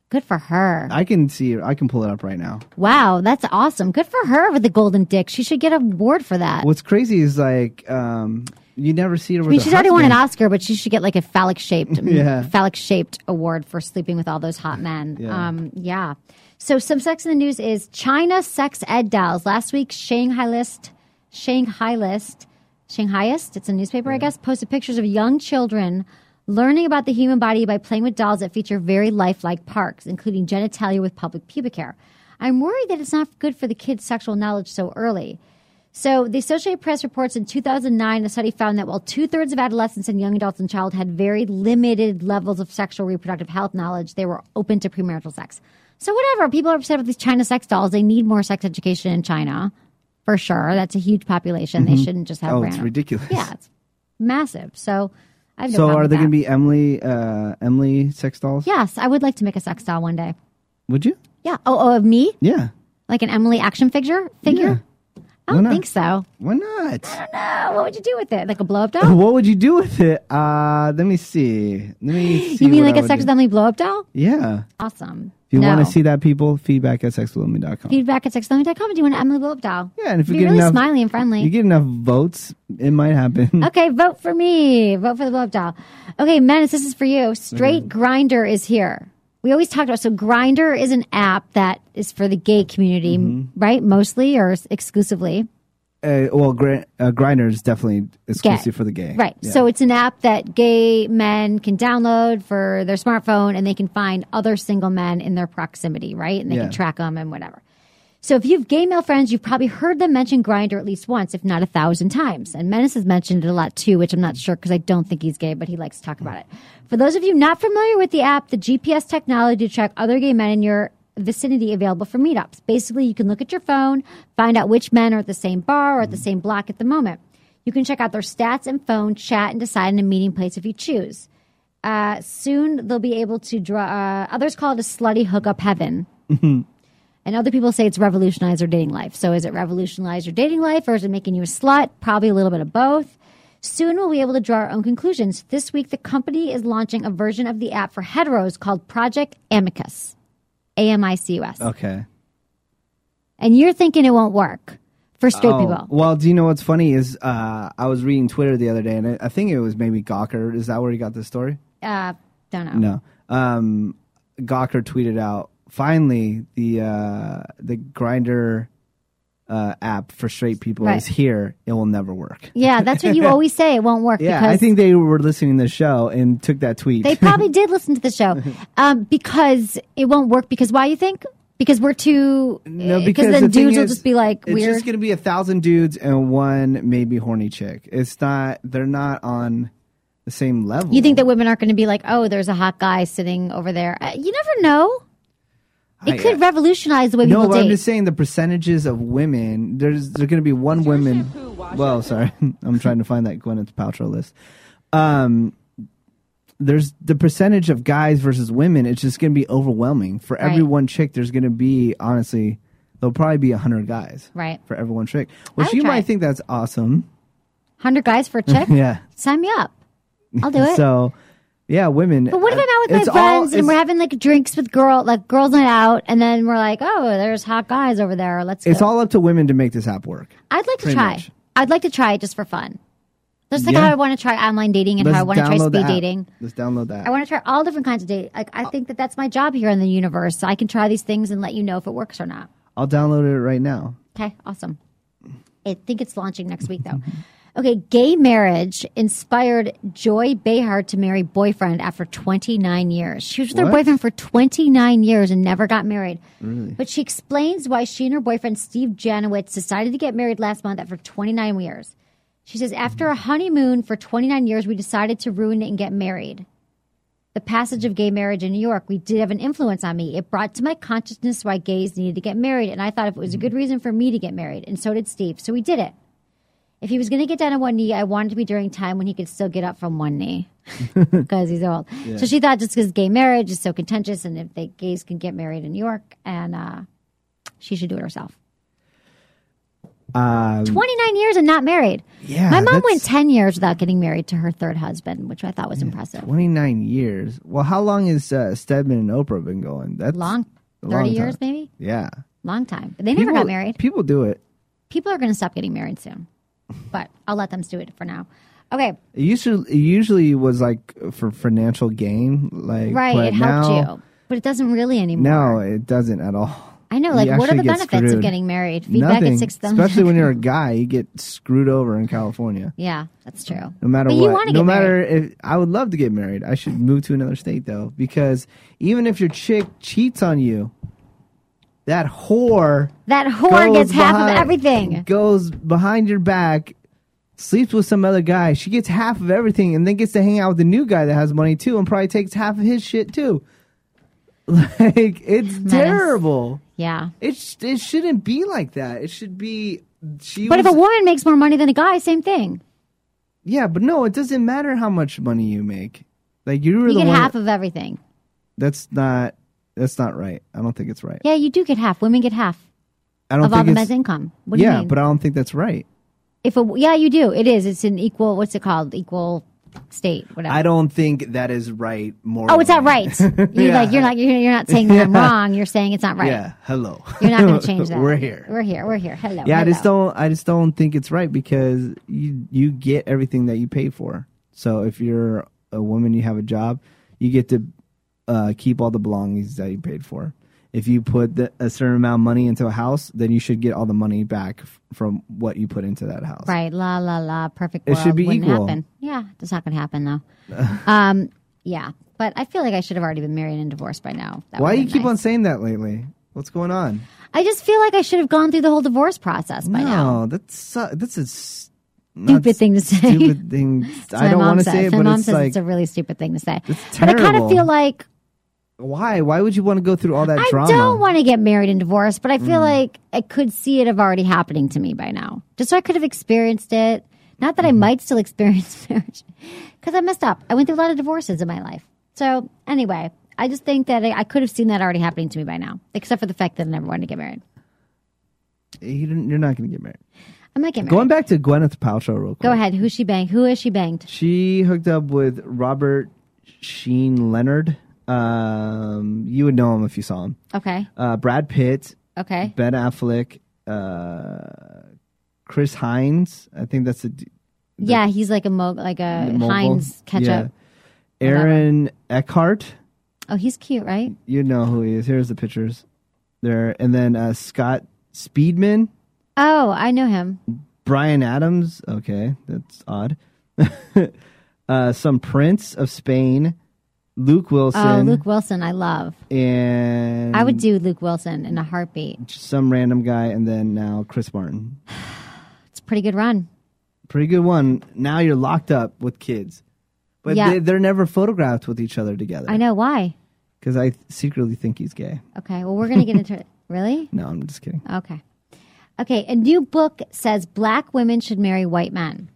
I: Good for her.
J: I can see. I can pull it up right now.
I: wow, that's awesome. Good for her with the golden dick. She should get an award for that.
J: What's crazy is like um, you never see her. With
I: I mean,
J: her
I: she's already won an
J: husband.
I: Oscar, but she should get like a phallic shaped,
J: Yeah.
I: phallic shaped award for sleeping with all those hot men.
J: Yeah.
I: Um, yeah. So some sex in the news is China sex ed dolls. Last week, Shanghai list, Shanghai list, Shanghaiist. It's a newspaper, I guess. Posted pictures of young children learning about the human body by playing with dolls that feature very lifelike parts, including genitalia with public pubic hair. I'm worried that it's not good for the kids' sexual knowledge so early. So, the Associated Press reports in 2009, a study found that while two thirds of adolescents and young adults in childhood had very limited levels of sexual reproductive health knowledge, they were open to premarital sex. So, whatever, people are upset with these China sex dolls. They need more sex education in China, for sure. That's a huge population. They shouldn't just have
J: Oh,
I: random.
J: it's ridiculous.
I: Yeah, it's massive. So, I have no
J: So
I: problem
J: are
I: with
J: they going
I: that.
J: to be Emily? Uh, Emily sex dolls?
I: Yes, I would like to make a sex doll one day.
J: Would you?
I: Yeah. Oh, oh of me?
J: Yeah.
I: Like an Emily action figure? Figure? I
J: Why
I: don't
J: not?
I: think so.
J: Why not?
I: No, what would you do with it? Like a blow up doll?
J: what would you do with it? Uh, let me see. Let me. See
I: You mean
J: what
I: like
J: I
I: a
J: would
I: sex
J: do.
I: dummy blow up doll?
J: Yeah.
I: Awesome.
J: If you
I: No.
J: want to see that, people, feedback at sexwithemily.com.
I: Feedback at sexlummy.com and do an Emily Blow Up doll.
J: yeah, and if you
I: Be
J: get
I: really
J: enough,
I: smiley and friendly.
J: you get enough votes, it might happen.
I: Okay, vote for me. Vote for the blow up doll. Okay, Menace, this is for you. Straight
J: Mm-hmm.
I: Grinder is here. We always talked about so Grinder is an app that is for the gay community,
J: Mm-hmm.
I: right? Mostly or s- exclusively.
J: Uh, well, gr- uh, Grinder is definitely
I: Gay.
J: exclusive for the gay.
I: Right.
J: Yeah.
I: So it's an app that gay men can download for their smartphone and they can find other single men in their proximity, right? And they
J: Yeah.
I: can track them and whatever. So if you've gay male friends, you've probably heard them mention Grinder at least once, if not a thousand times. And Menace has mentioned it a lot too, which I'm not sure because I don't think he's gay, but he likes to talk about it. For those of you not familiar with the app, the GPS technology to track other gay men in your vicinity available for meetups. Basically, you can look at your phone, find out which men are at the same bar or at the same block at the moment. You can check out their stats and phone, chat, and decide on a meeting place if you choose. Uh, soon they'll be able to draw. Uh, others call it a slutty hookup heaven.
J: Mm-hmm.
I: And other people say it's revolutionized their dating life. So is it revolutionized your dating life or is it making you a slut? Probably a little bit of both. Soon we'll be able to draw our own conclusions. This week, the company is launching a version of the app for heteros called Project Amicus. A M I C U S.
J: Okay.
I: And you're thinking it won't work for straight
J: Oh,
I: people.
J: Well, do you know what's funny is uh, I was reading Twitter the other day, and I, I think it was maybe Gawker. Is that where he got this story?
I: Uh, don't know.
J: No. Um, Gawker tweeted out finally the uh, the grinder uh, app for straight people
I: Right.
J: is here. It will never work.
I: Yeah, that's what you always say. It won't work.
J: Yeah,
I: because
J: I think they were listening to the show and took that tweet.
I: They probably did listen to the show um, because it won't work. Because why you think? Because we're too.
J: No,
I: because
J: the
I: then
J: thing
I: dudes will
J: is,
I: just be like
J: it's
I: weird.
J: just going to be a thousand dudes and one maybe horny chick. It's not. They're not on the same level.
I: you think that women aren't going to be like, oh, there's a hot guy sitting over there. Uh, you never know. It
J: I- uh,
I: could revolutionize the way
J: No,
I: people
J: but
I: date.
J: I'm just saying the percentages of women. There's there's going to be one woman. well, sorry, I'm trying to find that Gwyneth Paltrow list. Um, there's the percentage of guys versus women. It's just going to be overwhelming for every
I: Right.
J: one chick. There's going to be honestly, there'll probably be hundred guys.
I: Right.
J: for every one chick, which
I: would
J: you
I: try
J: might
I: it.
J: think that's awesome.
I: Hundred guys for a chick.
J: Yeah.
I: Sign me up. I'll do it.
J: So, yeah, women. uh,
I: but what if I'm out with
J: it's
I: my
J: all-
I: friends and
J: it's-
I: we're having like drinks with girl, like girls night out, and then we're like, oh, there's hot guys over there. Let's.
J: It's
I: go.
J: all up to women to make this app work.
I: I'd like to
J: Pretty
I: try.
J: much.
I: I'd like to try it just for fun. Just like
J: Yeah.
I: how I want to try online dating and
J: Let's
I: how I want to try
J: download the
I: speed
J: app.
I: dating.
J: Let's download that.
I: I want to try all different kinds of dating. Like I think that that's my job here in the universe. I can try these things and let you know if it works or not.
J: I'll download it right now.
I: Okay, awesome. I think it's launching next week though. Okay, gay marriage inspired Joy Behar to marry boyfriend after 29 years. She was with her
J: What?
I: boyfriend for 29 years and never got married. But she explains why she and her boyfriend Steve Janowitz decided to get married last month after 29 years. She says, after a honeymoon for 29 years, we decided to ruin it and get married. The passage of gay marriage in New York, we did have an influence on me. It brought to my consciousness why gays needed to get married, and I thought if it was a good reason for me to get married, and so did Steve. So we did it. If he was going to get down on one knee, I wanted to be during time when he could still get up from one knee because he's old. So she thought just because gay marriage is so contentious, and if they gays can get married in New York, and uh, she should do it herself.
J: Um,
I: 29 years and not married.
J: Yeah,
I: My mom
J: that's-
I: went 10 years without getting married to her third husband, which I thought was impressive.
J: 29 years. Well, how long has uh, Stedman and Oprah been going? That's
I: Long,
J: a
I: 30
J: long
I: years
J: time.
I: maybe?
J: Yeah.
I: Long time. But they never got married.
J: People do it.
I: People are going to stop getting married soon, but I'll let them do it for now. Okay,
J: It usually, it usually was like for financial gain. Like,
I: right.
J: but
I: It helped
J: now-
I: you, but it doesn't really anymore.
J: No, it doesn't at all.
I: I know.
J: You
I: Like, what are
J: actually
I: the
J: get
I: benefits of
J: screwed.
I: getting married? Feedback
J: Nothing.
I: at six thousand.
J: Especially when you're a guy, you get screwed over in California.
I: yeah, that's true.
J: No matter
I: but
J: what.
I: you want to
J: no
I: get
J: matter
I: married.
J: if I would love to get married. I should move to another state though, because even if your chick cheats on you, that whore
I: That whore
J: goes
I: gets half of
J: behind-
I: everything.
J: Goes behind your back, sleeps with some other guy. She gets half of everything, and then gets to hang out with the new guy that has money too, and probably takes half of his shit too. Like it's terrible.
I: Yeah,
J: It sh- it shouldn't be like that. It should be she.
I: but if
J: was-
I: a woman makes more money than a guy, same thing.
J: yeah, but no, it doesn't matter how much money you make. Like you were
I: You
J: the
I: get
J: one.
I: half of everything.
J: that's not that's not right. I don't think it's right.
I: Yeah, you do get half. Women get half
J: I don't
I: of all
J: think
I: the
J: it's
I: men's income. What do
J: yeah,
I: you mean?
J: but I don't think that's right.
I: if a, yeah, you do. It is. It's an equal. What's it called? Equal state, whatever.
J: I don't think that is right. More.
I: oh, it's not right. You
J: Yeah.
I: like you're not you're, you're not saying that I'm wrong. You're saying it's not right.
J: Yeah. Hello.
I: You're not going to change that.
J: We're here.
I: We're here. We're here. Hello.
J: yeah, I
I: hello.
J: just don't. I just don't think it's right because you you get everything that you pay for. So if you're a woman, you have a job, you get to uh, keep all the belongings that you paid for. If you put the, a certain amount of money into a house, then you should get all the money back f- from what you put into that house.
I: Right. La la la. Perfect.
J: It
I: World.
J: should be
I: Wouldn't
J: equal.
I: Happen. Yeah, it's not going to happen though. um, yeah, but I feel like I should have already been married and divorced by now. That
J: Why
I: would've
J: do you
I: been
J: keep on
I: nice.
J: saying that lately? What's going on?
I: I just feel like I should have gone through the whole divorce process by now.
J: No, that's uh, that's a s-
I: Stupid
J: not
I: thing to say.
J: Stupid thing.
I: That's what
J: I
I: my
J: don't
I: mom
J: want to
I: says.
J: say it,
I: my
J: but
I: mom
J: it's
I: says
J: like
I: it's a really stupid thing to say.
J: It's
I: But I kind of
J: terrible.
I: feel like
J: why? Why would you want to go through all that
I: I
J: drama? Mm.
I: don't want to get married and divorced, but I feel like I could see it have already happening to me by now. Just so I could have experienced it. Not that I
J: Mm-hmm.
I: might still experience marriage because I messed up. I went through a lot of divorces in my life. So, anyway, I just think that I, I could have seen that already happening to me by now, except for the fact that I never wanted to get married.
J: you didn't, you're not going to get married.
I: I might get married.
J: Going back to Gwyneth Paltrow, real quick.
I: Go ahead. Who she banged? Who has she banged?
J: She hooked up with Robert Sheen Leonard. Um, you would know him if you saw him.
I: Okay.
J: Uh, Brad Pitt,
I: Okay.
J: Ben Affleck, uh, Chris Hines. I think that's a d-
I: yeah, he's like a mo- like a
J: mogul. Yeah.
I: Heinz ketchup.
J: Aaron Eckhart.
I: Oh, he's cute, right?
J: You know who he is. Here's the pictures. There and then uh, Scott Speedman,
I: Oh, I know him.
J: Brian Adams. Okay, that's odd. uh, some Prince of Spain, Luke Wilson.
I: Oh, Luke Wilson, I love.
J: and
I: I would do Luke Wilson in a heartbeat.
J: some random guy, and then now Chris Martin.
I: It's a pretty good run.
J: Pretty good one. Now you're locked up with kids, but
I: Yeah.
J: they, they're never photographed with each other together.
I: I know why.
J: because I secretly think he's gay.
I: Okay, well, we're going to get into it. Really?
J: No, I'm just kidding.
I: Okay. Okay, a new book says black women should marry white men.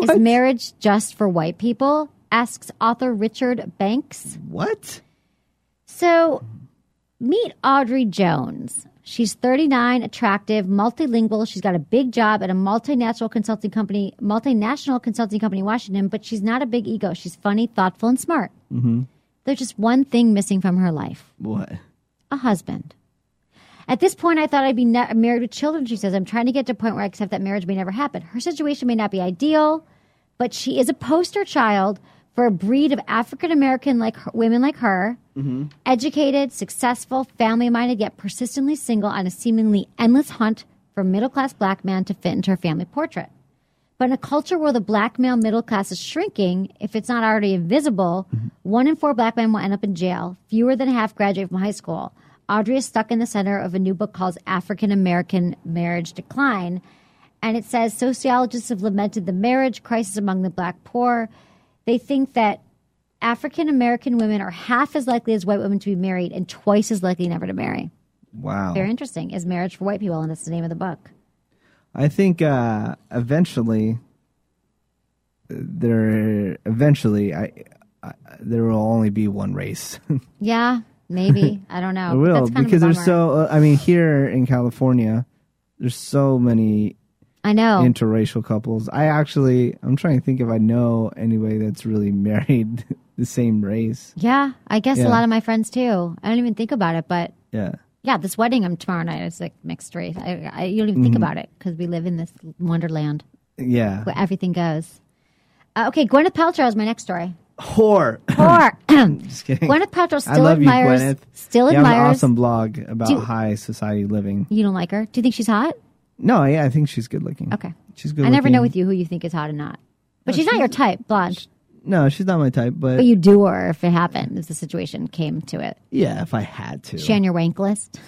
I: Is
J: What?
I: marriage just for white people? Asks author Richard Banks.
J: What?
I: So, meet Audrey Jones. She's 39, attractive, multilingual. She's got a big job at a multinational consulting company, multinational consulting company in Washington, but she's not a big ego. She's funny, thoughtful, and smart. Mm-hmm. There's just one thing missing from her life
J: What?
I: a husband. At this point, I thought I'd be ne- married with children. She says, I'm trying to get to a point where I accept that marriage may never happen. Her situation may not be ideal, but she is a poster child for a breed of African American like her- women like her, educated, successful, family minded, yet persistently single on a seemingly endless hunt for a middle class black man to fit into her family portrait. But in a culture where the black male middle class is shrinking, if it's not already invisible,
J: Mm-hmm.
I: one in four black men will end up in jail. Fewer than half graduate from high school. Audrey is stuck in the center of a new book called African American Marriage Decline. And it says sociologists have lamented the marriage crisis among the black poor. They think that African American women are half as likely as white women to be married and twice as likely never to marry.
J: Wow.
I: Very interesting. Is marriage for white people? And that's the name of the book.
J: I think uh, eventually, there eventually I, I there will only be one race.
I: Yeah, maybe. I don't
J: I
I: know. But
J: will
I: Oh, that's kind
J: because
I: of a
J: there's so.
I: bummer.
J: Uh, I mean, here in California, there's so many
I: I know.
J: interracial couples. I actually, I'm trying to think if I know anybody that's really married the same race.
I: yeah, I guess
J: Yeah.
I: a lot of my friends too. I don't even think about it, but
J: Yeah,
I: yeah, this wedding I'm tomorrow night is like mixed race. I, I you don't even
J: Mm-hmm.
I: think about it because we live in this wonderland
J: yeah.
I: where everything goes. Uh, okay, Gwyneth Paltrow is my next story.
J: Whore.
I: Or
J: Just kidding.
I: Gwyneth Paltrow
J: I
I: still
J: love
I: admires.
J: you, Gwyneth.
I: Still
J: you have an
I: admires.
J: awesome blog about
I: Do-
J: high society living.
I: You don't like her? Do you think she's hot?
J: No, yeah, I think she's good looking.
I: Okay.
J: she's good.
I: I never
J: looking.
I: know with you who you think is hot and not. But she's not your type, blonde.
J: No, she's not my type, but,
I: but you do her if it happened, if the situation came to it.
J: yeah, if I had to,
I: She on your wank list.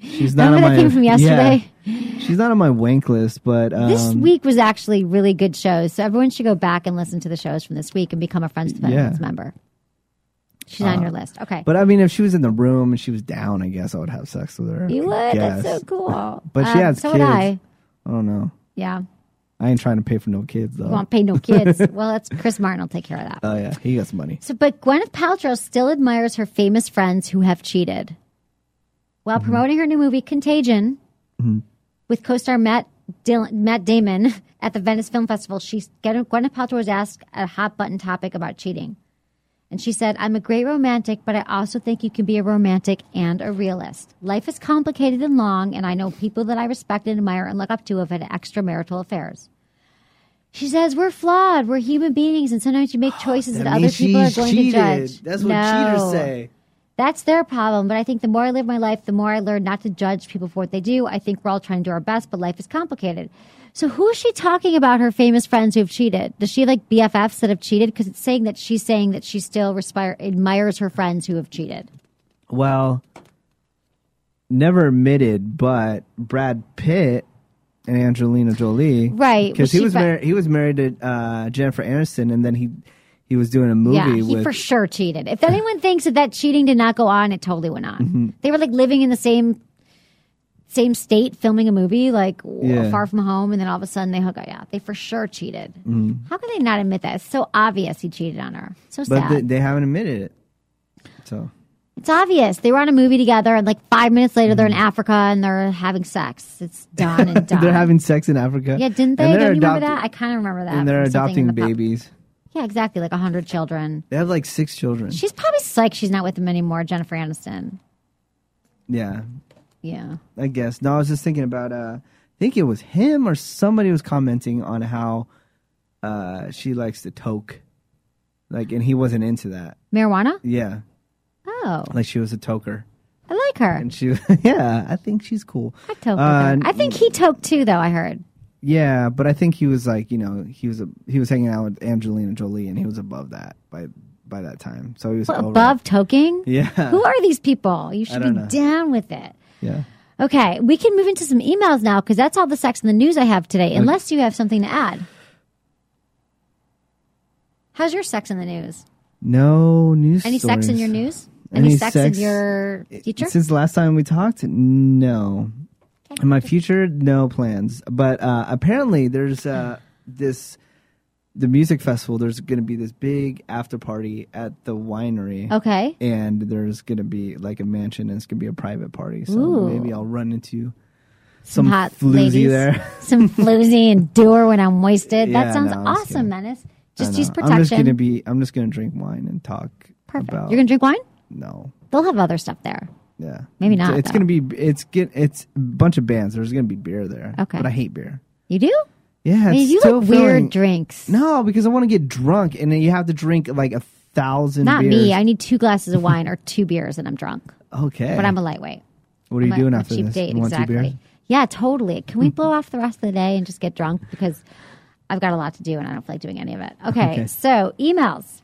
J: she's not
I: Remember
J: on
I: that
J: my
I: thing from
J: yeah.
I: yesterday?
J: she's not on my wank list, but um,
I: This week was actually really good shows, so everyone should go back and listen to the shows from this week and become a Friends to Friends
J: Yeah. Uh,
I: member. She's on your list. Okay.
J: But I mean, if she was in the room and she was down, I guess I would have sex with her.
I: you
J: I
I: would.
J: guess.
I: That's so cool. Um,
J: But she has
I: so
J: kids.
I: would I.
J: I don't know.
I: Yeah.
J: I ain't trying to pay for no kids though.
I: Won't pay no kids. well, that's Chris Martin will take care of that.
J: Oh yeah, he got some money.
I: So, but Gwyneth Paltrow still admires her famous friends who have
J: Mm-hmm.
I: cheated. While promoting her new movie Contagion with co-star Matt Dylan, Matt Damon at the Venice Film Festival, she Gwyneth Paltrow was asked a hot button topic about cheating, and she said, "I'm a great romantic, but I also think you can be a romantic and a realist. Life is complicated and long, and I know people that I respect and admire and look up to have had extramarital affairs." She says, "We're flawed. We're human beings, and sometimes you make choices that, other people are going
J: cheated.
I: to judge."
J: That's what
I: No.
J: cheaters say.
I: That's their problem. But I think the more I live my life, the more I learn not to judge people for what they do. I think we're all trying to do our best, but life is complicated. So who is she talking about? Her famous friends who have cheated? Does she have, like BFFs that have cheated? Because it's saying that she's saying that she still respire, admires her friends who have cheated.
J: Well, never admitted, but Brad Pitt and Angelina Jolie,
I: Right,
J: Because
I: was
J: he
I: she
J: was
I: fri-
J: married. He was married to uh, Jennifer Aniston, and then he he was doing a movie
I: yeah, he
J: with
I: for sure cheated. If anyone thinks that that cheating did not go on, it totally went on.
J: Mm-hmm.
I: They were like living in the same same state, filming a movie, like w-
J: Yeah.
I: far from home, and then all of a sudden they hook up. Yeah, they for sure cheated.
J: Mm-hmm.
I: How could they not admit that? It's so obvious he cheated on her. So
J: but
I: sad.
J: they, they haven't admitted it. So
I: it's obvious they were on a movie together, and like five minutes later they're in Africa and they're having sex. It's done and done.
J: Mm-hmm. they're having sex in Africa.
I: yeah, didn't they?
J: And
I: Don't
J: they're
I: you remember
J: adopt-
I: that? I kind of remember that.
J: And they're
I: from something in
J: adopting
I: the pub-
J: babies.
I: Yeah, exactly. Like a hundred children.
J: They have like six children.
I: She's probably psyched she's not with them anymore. Jennifer Aniston.
J: yeah,
I: Yeah.
J: I guess. No, I was just thinking about. Uh, I think it was him or somebody was commenting on how uh, she likes to toke, like, and he wasn't into that.
I: Marijuana?
J: Yeah,
I: Oh,
J: like she was a toker,
I: I like her.
J: and she. yeah, I think she's cool.
I: I toke with
J: Uh,
I: her. I think he toked too, though. I heard.
J: Yeah, but I think he was like, you know, he was a, he was hanging out with Angelina Jolie, and he was above that by by that time. So he was
I: What,
J: over it.
I: above toking?
J: Yeah.
I: Who are these people? You should be
J: don't know.
I: down with it.
J: Yeah.
I: Okay, we can move into some emails now because that's all the sex in the news I have today. Unless you have something to add. How's your sex in the news?
J: No news.
I: Any sex in
J: stories.
I: your news? Any,
J: Any
I: sex,
J: sex-
I: in your future?
J: Since the last time we talked, no. In my future, no plans. But uh, apparently, there's uh, this the music festival. There's going to be this big after party at the winery.
I: okay.
J: And there's going to be like a mansion, and it's going to be a private party. So
I: Ooh.
J: maybe I'll run into some
I: Some hot
J: floozy
I: ladies.
J: there.
I: some floozy and doer when I'm wasted.
J: Yeah,
I: that sounds
J: no, I'm just
I: awesome,
J: kidding.
I: Menace.
J: I
I: Just
J: know.
I: use
J: I'm just going to
I: protection.
J: be. I'm just going to drink wine and talk
I: Perfect.
J: about.
I: You're gonna drink wine?
J: no.
I: They'll have other stuff there.
J: Yeah,
I: Maybe not,
J: It's
I: though.
J: gonna be it's get it's a bunch of bands. There's gonna be beer there.
I: Okay.
J: but I hate beer.
I: You do?
J: Yeah,
I: I mean,
J: it's
I: you
J: so
I: like
J: filling.
I: weird drinks.
J: No, because I want to get drunk, and then you have to drink like a thousand.
I: Not
J: beers.
I: me. I need two glasses of wine or two beers and I'm drunk.
J: okay,
I: But I'm a lightweight.
J: what are you
I: I'm a-
J: doing
I: a
J: after
I: cheap
J: this?
I: date,
J: you want two beers?
I: exactly. Yeah, totally. Can we blow off the rest of the day and just get drunk? Because I've got a lot to do and I don't feel like doing any of it. Okay,
J: Okay.
I: so emails.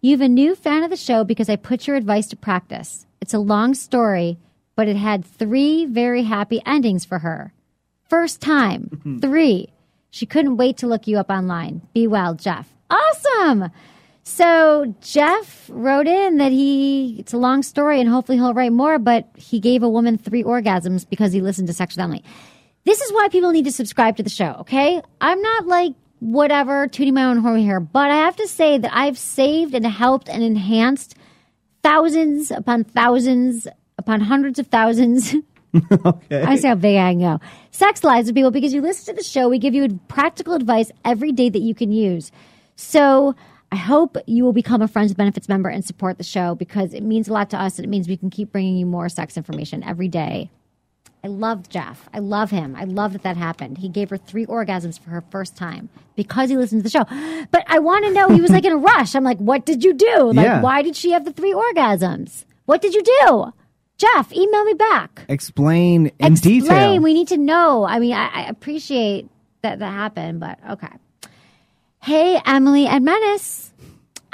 I: You've a new fan of the show because I put your advice to practice. It's a long story, but it had three very happy endings for her. First time, three. She couldn't wait to look you up online. Be well, Jeff. Awesome. So Jeff wrote in that he it's a long story and hopefully he'll write more, but he gave a woman three orgasms because he listened to Sexual Only. This is why people need to subscribe to the show, okay? I'm not like whatever tooting my own horn here, but I have to say that I've saved and helped and enhanced thousands upon thousands upon hundreds of thousands I see how big I can go. Sex lives with people because you listen to the show. We give you practical advice every day that you can use. So I hope you will become a Friends with Benefits member and support the show because it means a lot to us and it means we can keep bringing you more sex information every day. I love Jeff. I love him. I love that that happened. He gave her three orgasms for her first time because he listened to the show. But I want to know, he was like in a rush. I'm like, what did you do? Like,
J: Yeah.
I: why did she have the three orgasms? What did you do? Jeff, email me back
J: Explain in
I: explain.
J: detail.
I: We need to know. I mean, I, I appreciate that that happened, but okay. Hey, Emily and Menace.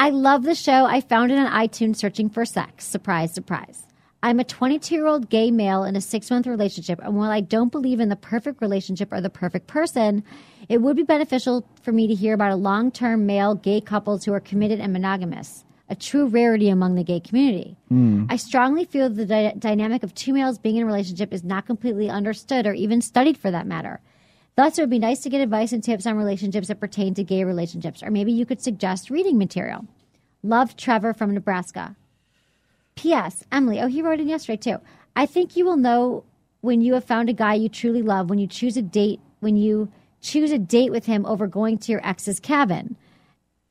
I: I love the show. I found it on iTunes searching for sex. Surprise, surprise. I'm a 22 year old gay male in a six month relationship, and while I don't believe in the perfect relationship or the perfect person, it would be beneficial for me to hear about a long term male gay couples who are committed and monogamous, a true rarity among the gay community. I strongly feel the dy- dynamic of two males being in a relationship is not completely understood or even studied for that matter. Thus, it would be nice to get advice and tips on relationships that pertain to gay relationships, or maybe you could suggest reading material. Love Trevor from Nebraska. P.S. Emily, oh, he wrote in yesterday too. I think you will know when you have found a guy you truly love when you choose a date when you choose a date with him over going to your ex's cabin.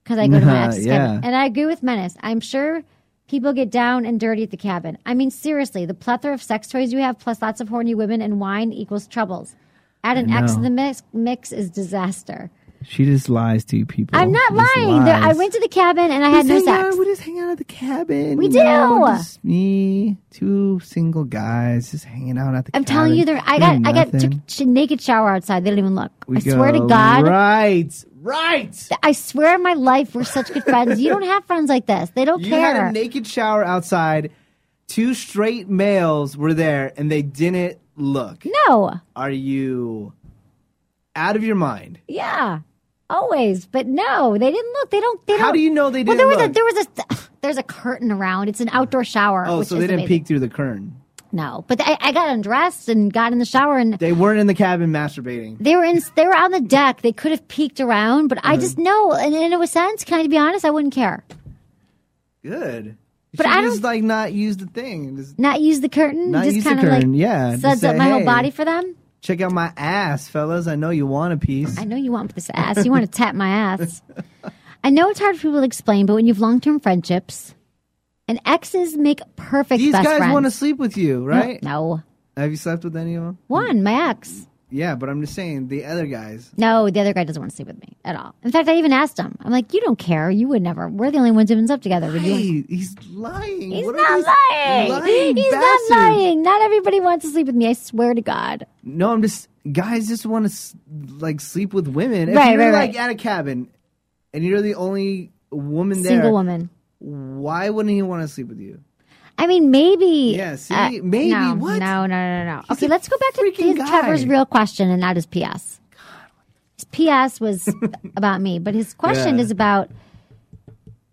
I: Because I go to my ex's
J: Yeah.
I: cabin. And I agree with Menace. I'm sure people get down and dirty at the cabin. I mean, seriously, the plethora of sex toys you have, plus lots of horny women and wine, equals troubles. Add an ex
J: know.
I: in the mix, mix is disaster.
J: She just lies to you people.
I: I'm not
J: Just
I: lying. There, I
J: lies.
I: went to the cabin and I had
J: Just
I: no
J: hang out.
I: sex.
J: We just hang out at the cabin.
I: We
J: you know,
I: do.
J: Just me, two single guys, just hanging out at the.
I: I'm
J: cabin,
I: telling you, there. I got,
J: doing
I: I got took
J: nothing.
I: sh- naked shower outside. They didn't even look.
J: We
I: I swear to
J: go,
I: God,
J: Right, right.
I: I swear in my life, we're such good friends. You don't have friends like this. They don't
J: You had
I: care.
J: a naked shower outside. Two straight males were there, and they didn't look.
I: no,
J: Are you out of your mind?
I: yeah, always, but no, they didn't look. They don't. They
J: How
I: don't-
J: do you know they
I: Well, there was a
J: didn't
I: there was a there's a curtain around. It's an outdoor shower.
J: Oh,
I: which
J: so they
I: is
J: didn't
I: amazing.
J: peek through the curtain.
I: No, but I, I got undressed and got in the shower and
J: They weren't in the cabin masturbating.
I: They were in. They were on the deck. They could have peeked around, but
J: Uh-huh.
I: I just know. And, and in a sense, can I be honest? I wouldn't care.
J: Good. You
I: But
J: should
I: I
J: just like not use the thing. and Just
I: Not use the curtain.
J: Not
I: just
J: use the
I: kinda,
J: curtain,
I: Like
J: yeah. Just
I: Suds up
J: say,
I: my
J: "Hey."
I: whole body for them.
J: check out my ass, fellas. I know you want a piece.
I: I know you want this ass. You want to tap my ass. I know it's hard for people to explain, but when you've long term friendships, and exes make perfect
J: These
I: best
J: guys
I: friends.
J: want to sleep with you, right?
I: No,
J: Have you slept with any of them?
I: one my ex.
J: Yeah, but I'm just saying the other guys.
I: No, the other guy doesn't want to sleep with me at all. In fact, I even asked him. I'm like, you don't care. You would never. We're the only ones who've been up together. Would you?
J: Hey, he's lying.
I: He's
J: What are
I: not
J: these
I: lying.
J: lying
I: He's
J: bastards?
I: not lying. Not everybody wants to sleep with me. I swear to God.
J: No, I'm just guys just want to like sleep with women. If
I: Right,
J: you're
I: right,
J: like
I: right.
J: at a cabin and you're the only woman there,
I: Single woman.
J: why wouldn't he want to sleep with you?
I: I mean, maybe. uh,
J: Yeah, see? Maybe.
I: No,
J: What?
I: No, no, no, no.
J: He's
I: okay,
J: a
I: let's go back to
J: freaking
I: his- Trevor's
J: guy.
I: real question and not his PS. His PS was about me, but his question
J: Yeah.
I: is about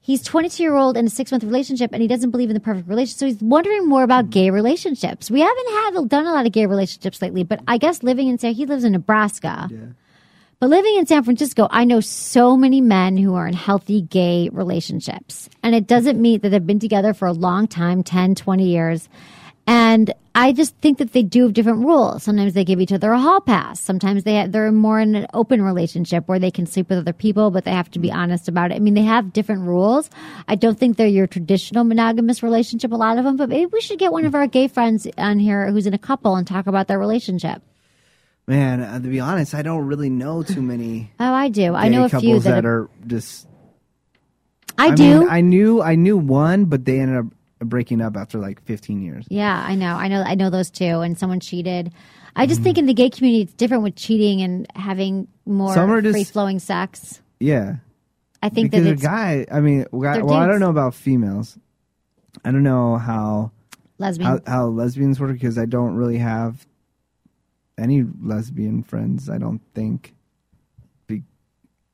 I: he's 22 year old in a six month relationship and he doesn't believe in the perfect relationship. So he's wondering more about gay relationships. We haven't had done a lot of gay relationships lately, but I guess living in San, he lives in Nebraska. But living in San Francisco, I know so many men who are in healthy gay relationships. And it doesn't mean that they've been together for a long time 10, 20 years. And I just think that they do have different rules. Sometimes they give each other a hall pass. Sometimes they they're more in an open relationship where they can sleep with other people, but they have to be honest about it. I mean, they have different rules. I don't think they're your traditional monogamous relationship. A lot of them, but maybe we should get one of our gay friends on here who's in a couple and talk about their relationship.
J: Man, uh, to be honest, I don't really know too many
I: Oh, I do. I
J: gay
I: know a
J: couples
I: few that,
J: that
I: have-
J: are just
I: I,
J: I
I: do.
J: Mean, I knew I knew one, but they ended up breaking up after like 15 years.
I: Yeah, I know. I know. I know those two. And someone cheated. I just
J: Mm-hmm.
I: think in the gay community, it's different with cheating and having more
J: Some are just-
I: free flowing sex.
J: Yeah,
I: I think
J: because
I: that
J: a
I: it's
J: guy. I mean, a guy-
I: They're
J: well, I don't
I: dudes.
J: know about females. I don't know how
I: lesbian.
J: how, how lesbians work because I don't really have any lesbian friends. I don't think. Be-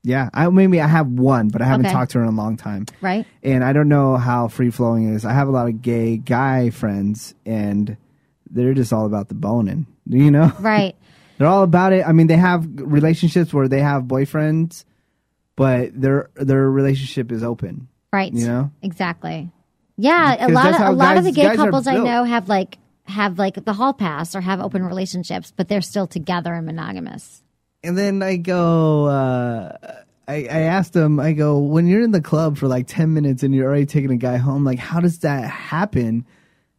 J: yeah, I maybe I have one, but I haven't
I: Okay.
J: talked to her in a long time.
I: Right.
J: and I don't know how free flowing is. I have a lot of gay guy friends, and they're just all about the boning. You know,
I: right.
J: they're all about it. I mean, they have relationships where they have boyfriends, but their their relationship is open.
I: Right.
J: You know?
I: Exactly. Yeah, a
J: Because
I: lot
J: that's
I: of
J: how
I: a lot
J: guys-
I: of the gay
J: guys are
I: couples I
J: built.
I: know have like have like the hall pass or have open relationships, but they're still together and monogamous.
J: And then I go. uh I, I asked them, I go, when you're in the club for like 10 minutes and you're already taking a guy home, like, how does that happen?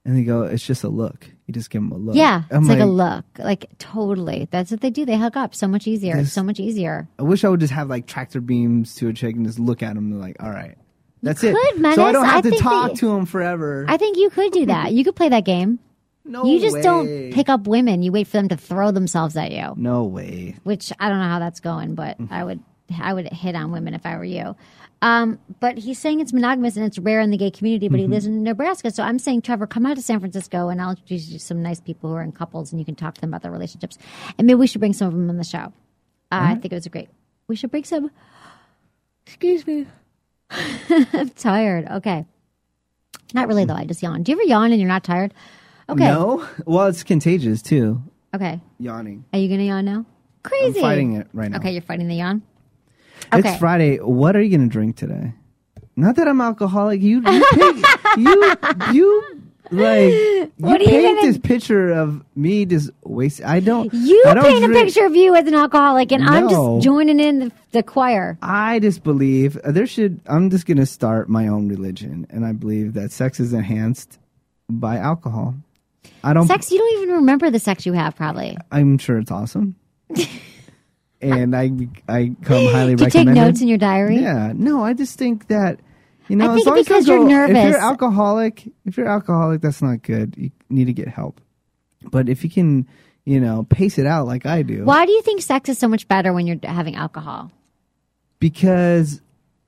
J: And they go, it's just a look. You just give him a look.
I: Yeah,
J: I'm
I: it's like, a look, like totally. That's what they do. They hook up so much easier. It's so much easier.
J: I wish I would just have like tractor beams to a chick and just look at them and like, all right, that's it.
I: could,
J: so I
I: Menace.
J: don't
I: I
J: have to
I: think
J: talk
I: that-
J: to him forever.
I: I think you could do that. You could play that game.
J: no,
I: You just
J: way.
I: don't pick up women. You wait for them to throw themselves at you,
J: No way.
I: which I don't know how that's going, but
J: Mm.
I: I would I would hit on women if I were you. Um, but he's saying it's monogamous and it's rare in the gay community,
J: Mm-hmm.
I: but he lives in Nebraska. So I'm saying, Trevor, come out to San Francisco and I'll introduce you to some nice people who are in couples and you can talk to them about their relationships. And maybe we should bring some of them on the show. Uh, I think it was a great. We should bring some. Excuse me. I'm tired. Okay. Not really, though. I just yawned. Do you ever yawn and you're not tired? Okay.
J: No. Well, it's contagious too.
I: Okay.
J: Yawning.
I: Are you gonna yawn now? Crazy.
J: I'm fighting it right now.
I: Okay, you're fighting the yawn. okay.
J: It's Friday. What are you gonna drink today? Not that I'm alcoholic. You you pick, you you Like you
I: What are you
J: paint
I: gonna-
J: this picture of me just waste. I don't.
I: You
J: I don't
I: paint a
J: drink-
I: picture of you as an alcoholic, and I'm
J: No.
I: just joining in the, the choir.
J: I just believe uh, there should. I'm just gonna start my own religion, and I believe that sex is enhanced by alcohol. I don't.
I: Sex, you don't even remember the sex you have, probably.
J: I'm sure it's awesome. and I I come highly
I: Do you take
J: recommended.
I: notes in your diary?
J: Yeah. No, I just think that you know, as
I: I think
J: long as
I: because
J: you
I: you're
J: go- If
I: nervous-
J: you're alcoholic, if you're alcoholic, that's not good. You need to get help. But if you can, you know, pace it out like I do,
I: Why do you think sex is so much better when you're having alcohol?
J: because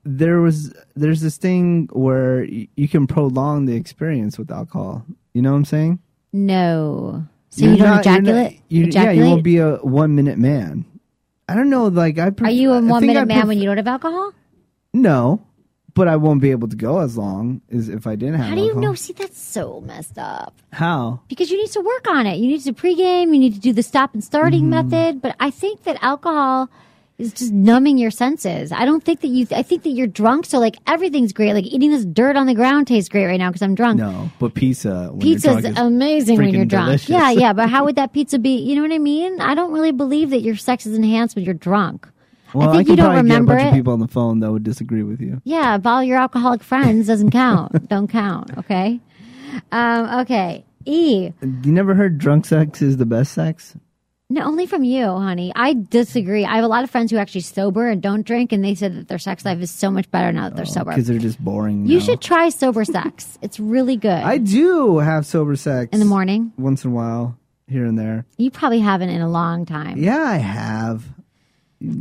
J: there was there's this thing where y- you can prolong the experience with alcohol. You know what I'm saying?
I: No. So
J: You're
I: you don't
J: not- you're not-
I: ejaculate?
J: you-
I: ejaculate?
J: Yeah, you won't be a one minute man. I don't know. Like I. Pref-
I: Are you a
J: I think
I: one
J: I
I: minute man
J: pref-
I: when you don't have alcohol?
J: No, but I won't be able to go as long as if I didn't have.
I: How do you
J: alcohol.
I: know? See, that's so messed up.
J: How?
I: Because you need to work on it. You need to pregame. You need to do the stop and starting
J: Mm-hmm.
I: method. But I think that alcohol is just numbing your senses. I don't think that you. I think that you're drunk, so like everything's great. Like eating this dirt on the ground tastes great right now because I'm drunk.
J: No, but pizza. When you're
I: Pizza's
J: drunk is-
I: amazing when
J: freaking
I: you're drunk.
J: delicious.
I: Yeah, yeah, but how would that pizza be? You know what I mean? I don't really believe that your sex is enhanced when you're drunk.
J: Well,
I: I think
J: can
I: you don't
J: probably
I: remember
J: get a bunch
I: it.
J: of people on the phone that would disagree with you.
I: Yeah, of all your alcoholic friends doesn't count. don't count. Okay. Um, okay. E.
J: You never heard drunk sex is the best sex?
I: No, only from you, honey. I disagree. I have a lot of friends who actually sober and don't drink, and they said that their sex life is so much better now that they're sober.
J: Because Oh, they're just boring.
I: You
J: now.
I: should try sober sex. It's really good.
J: I do have sober sex
I: in the morning,
J: once in a while, here and there.
I: you probably haven't in a long time.
J: Yeah, I have.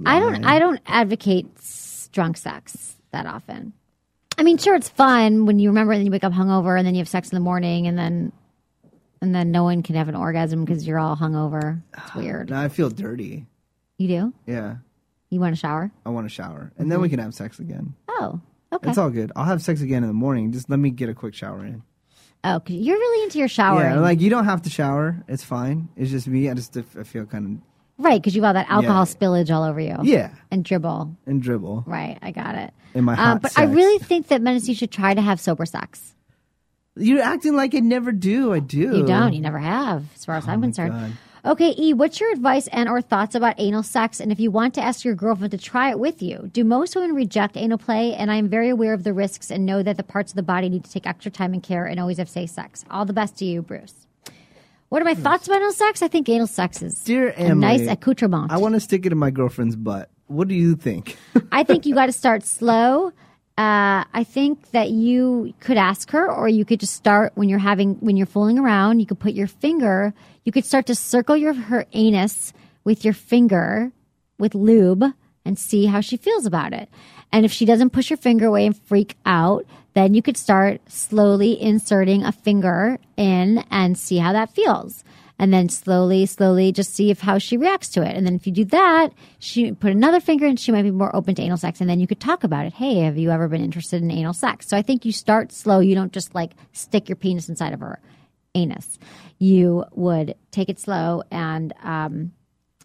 I: I don't. I don't advocate s- drunk sex that often. I mean, sure, it's fun when you remember, and then you wake up hungover, and then you have sex in the morning, and then and then no one can have an orgasm because you're all hungover. It's weird.
J: Now I feel dirty.
I: You do?
J: Yeah,
I: You want a shower?
J: I want to shower, and then we can have sex again.
I: Oh, Mm-hmm. okay.
J: It's all good. I'll have sex again in the morning. Just let me get a quick shower in.
I: oh, 'cause you're really into your shower.
J: Yeah, like you don't have to shower. It's fine. It's just me. I just I feel kind
I: Right, because you've all that alcohol
J: Yeah.
I: spillage all over you.
J: of yeah,
I: And dribble.
J: and dribble.
I: Right, I got it. Uh,
J: And my hot
I: but I
J: sex.
I: really think that Menace, you should try to have sober sex.
J: You're acting like I never do. I do.
I: You don't. You never have, as far as I'm concerned.
J: Oh God.
I: Okay, E, what's your advice and or thoughts about anal sex? And if you want to ask your girlfriend to try it with you, do most women reject anal play? And I am very aware of the risks and know that the parts of the body need to take extra time and care and always have safe sex. All the best to you, Bruce. What are my thoughts about anal sex? I think anal sex is
J: Dear
I: a nice
J: Emily,
I: accoutrement.
J: I want to stick it in my girlfriend's butt. What do you think?
I: I think you got to start slow. Uh, I think that you could ask her, or you could just start when you're having when you're fooling around. You could put your finger. You could start to circle your her anus with your finger with lube and see how she feels about it. And if she doesn't push her finger away and freak out, then you could start slowly inserting a finger in and see how that feels. And then slowly, slowly just see if how she reacts to it. And then if you do that, she put another finger and she might be more open to anal sex. And then you could talk about it. Hey, have you ever been interested in anal sex? So I think you start slow. You don't just like stick your penis inside of her anus. You would take it slow and um,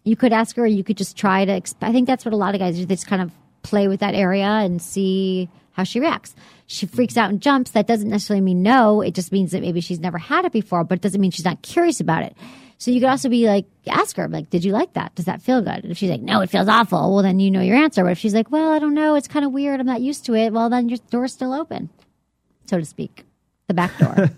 I: you could ask her, or you could just try to. Exp- I think that's what a lot of guys do. They just kind of play with that area and see how she reacts. She freaks out and jumps. That doesn't necessarily mean no. It just means that maybe she's never had it before, but it doesn't mean she's not curious about it. So you could also be like, ask her, like, did you like that? Does that feel good? And if she's like, no, it feels awful, well, then you know your answer. But if she's like, well, I don't know, it's kind of weird, I'm not used to it, well, then your door's still open, so to speak. The back door.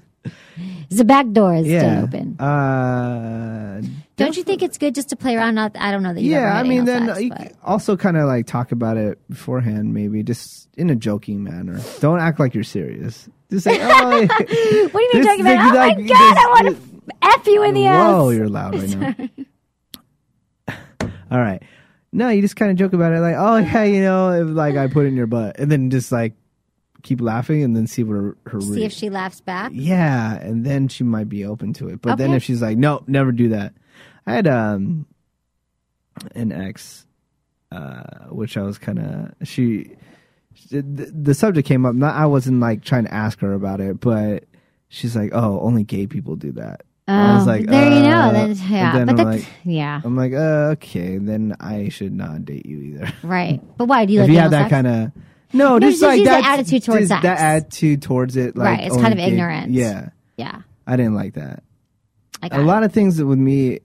I: the back door is still open.
J: Uh,
I: Don't you think it's good just to play around? Not, I uh, don't know that you.
J: yeah, I mean, then
I: sex,
J: you
I: but-
J: can also kind of like talk about it beforehand, maybe just in a joking manner. Don't act like you're serious. Just say, oh,
I: what are you
J: This thing
I: talking about? Oh my
J: that-
I: god, I
J: this-
I: want to f you in the
J: whoa,
I: ass.
J: you're loud right now. All right. No, you just kind of joke about it, like, oh yeah, you know, if, like I put it in your butt, and then just like keep laughing, and then see what her, her
I: See if she laughs back.
J: Yeah, and then she might be open to it. But then
I: Okay.
J: if she's like, "Nope, never do that," I had um an ex, uh, which I was kind of she. The, the subject came up. Not I wasn't like trying to ask her about it, but she's like, "Oh, only gay people do that." I was
I: Oh,
J: like,
I: there you
J: uh,
I: know. Then,
J: and
I: yeah,
J: then
I: but
J: I'm
I: that's
J: like,
I: yeah,
J: I'm like, uh, okay, then I should not date you either.
I: right. But why do you
J: if
I: like
J: you have that
I: anal sex?
J: kind of no,
I: No,
J: just
I: just
J: like
I: use the
J: that's-
I: attitude towards
J: just
I: sex.
J: That attitude towards it, like
I: Right, it's kind
J: only
I: of
J: gay-
I: ignorance.
J: Yeah,
I: Yeah.
J: I didn't like that.
I: I got
J: a lot of things that with me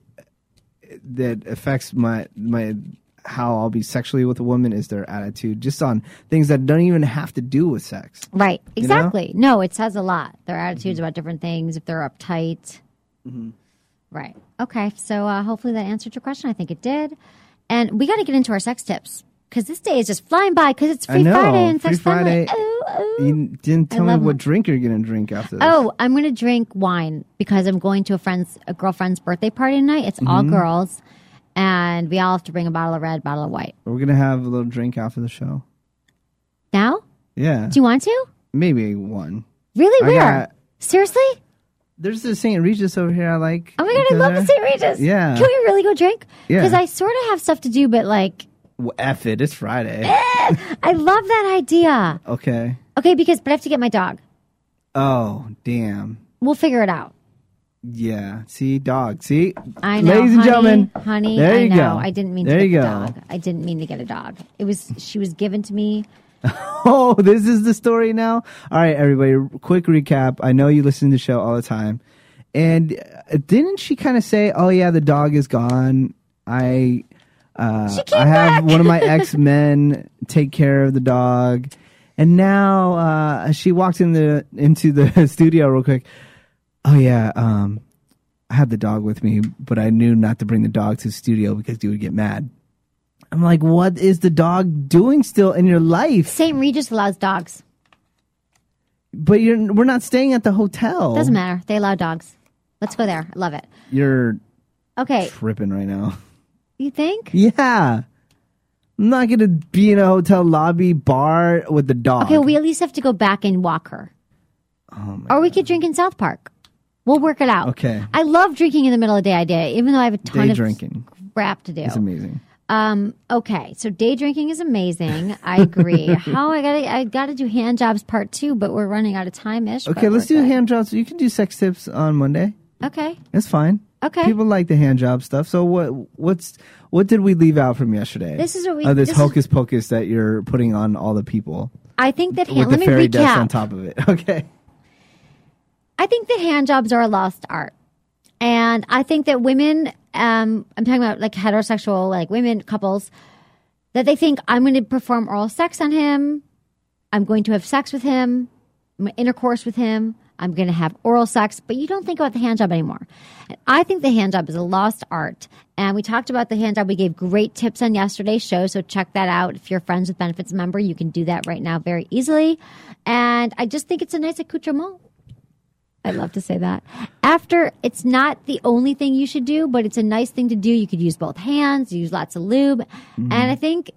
J: that affects my my how I'll be sexually with a woman is their attitude, just on things that don't even have to do with sex.
I: it. Right.
J: know?
I: Exactly. No, it says a lot. Their attitudes about different things, if they're uptight.
J: Mm-hmm.
I: Right. Okay. So uh, hopefully that answered your question. I think it did. And we got to get into our sex tips because this day is just flying by because it's
J: I
I: Free
J: know,
I: Friday and
J: Free
I: Sex Friday.
J: Friday.
I: Oh, oh.
J: You didn't tell me
I: love
J: what
I: my-
J: drink you're gonna drink after this.
I: Oh, I'm going to drink wine because I'm going to a friend's a girlfriend's birthday party tonight. It's all
J: Mm-hmm.
I: girls, and we all have to bring a bottle of red, bottle of white.
J: We're gonna have a little drink after the show.
I: Now,
J: Yeah,
I: do you want to?
J: maybe one.
I: Really?
J: I
I: Where?
J: got-
I: Seriously?
J: There's the St. Regis over here. I like.
I: Oh my god, I love the St. Regis.
J: Yeah.
I: Can we really go drink?
J: Yeah.
I: Because I sort of have stuff to do, but like,
J: Well, F it. It's Friday.
I: Eh. I love that idea.
J: okay.
I: Okay, because but I have to get my dog.
J: Oh damn.
I: We'll figure it out.
J: Yeah. See, dog. See,
I: I know,
J: ladies and
I: honey,
J: gentlemen.
I: honey.
J: there you
I: I know.
J: go.
I: I didn't mean
J: There
I: to
J: you
I: get
J: go.
I: the dog. I didn't mean to get a dog. It was she was given to me.
J: Oh, this is the story now. All right, everybody. Quick recap. I know you listen to the show all the time, and uh, didn't she kind of say, "Oh yeah, the dog is gone. I, uh, I have one of my ex men take care of the dog, and now uh, she walked in the into the studio real quick. Oh yeah, um, I had the dog with me, but I knew not to bring the dog to the studio because he would get mad. I'm like, what is the dog doing still in your life?
I: St. Regis allows dogs.
J: But you're we're not staying at the hotel.
I: Doesn't matter. They allow dogs. Let's go there. I love it.
J: You're
I: Okay.
J: tripping right now.
I: You think?
J: Yeah. I'm not gonna be in a hotel lobby bar with the dog.
I: Okay, we at least have to go back and walk her.
J: Oh
I: or we could drink in South Park. We'll work it out.
J: Okay.
I: I love drinking in the middle of the day, day even though I have a ton
J: Day
I: of
J: drinking.
I: crap to do.
J: It's amazing.
I: Um, okay, so day drinking is amazing. I agree. How I gotta I gotta do hand jobs part two, but we're running out of time ish.
J: Okay, let's do hand jobs. You can do sex tips on Monday.
I: Okay.
J: That's fine.
I: Okay.
J: People like the hand job stuff. So what what's what did we leave out from yesterday?
I: This is what we-
J: of this,
I: this is-
J: hocus pocus that you're putting on all the people
I: I think that hand
J: with
I: let
J: the
I: me
J: fairy dust on
I: recap.
J: top of it. Okay.
I: I think that hand jobs are a lost art. And I think that women, um, I'm talking about like heterosexual, like women couples, that they think I'm going to perform oral sex on him. I'm going to have sex with him, I'm gonna intercourse with him. I'm going to have oral sex, but you don't think about the hand job anymore. And I think the hand job is a lost art. And we talked about the hand job. We gave great tips on yesterday's show. So check that out. If you're a Friends with Benefits member, you can do that right now very easily. And I just think it's a nice accoutrement. I love to say that. After, it's not the only thing you should do, but it's a nice thing to do. You could use both hands, use lots of lube.
J: Mm-hmm.
I: And I think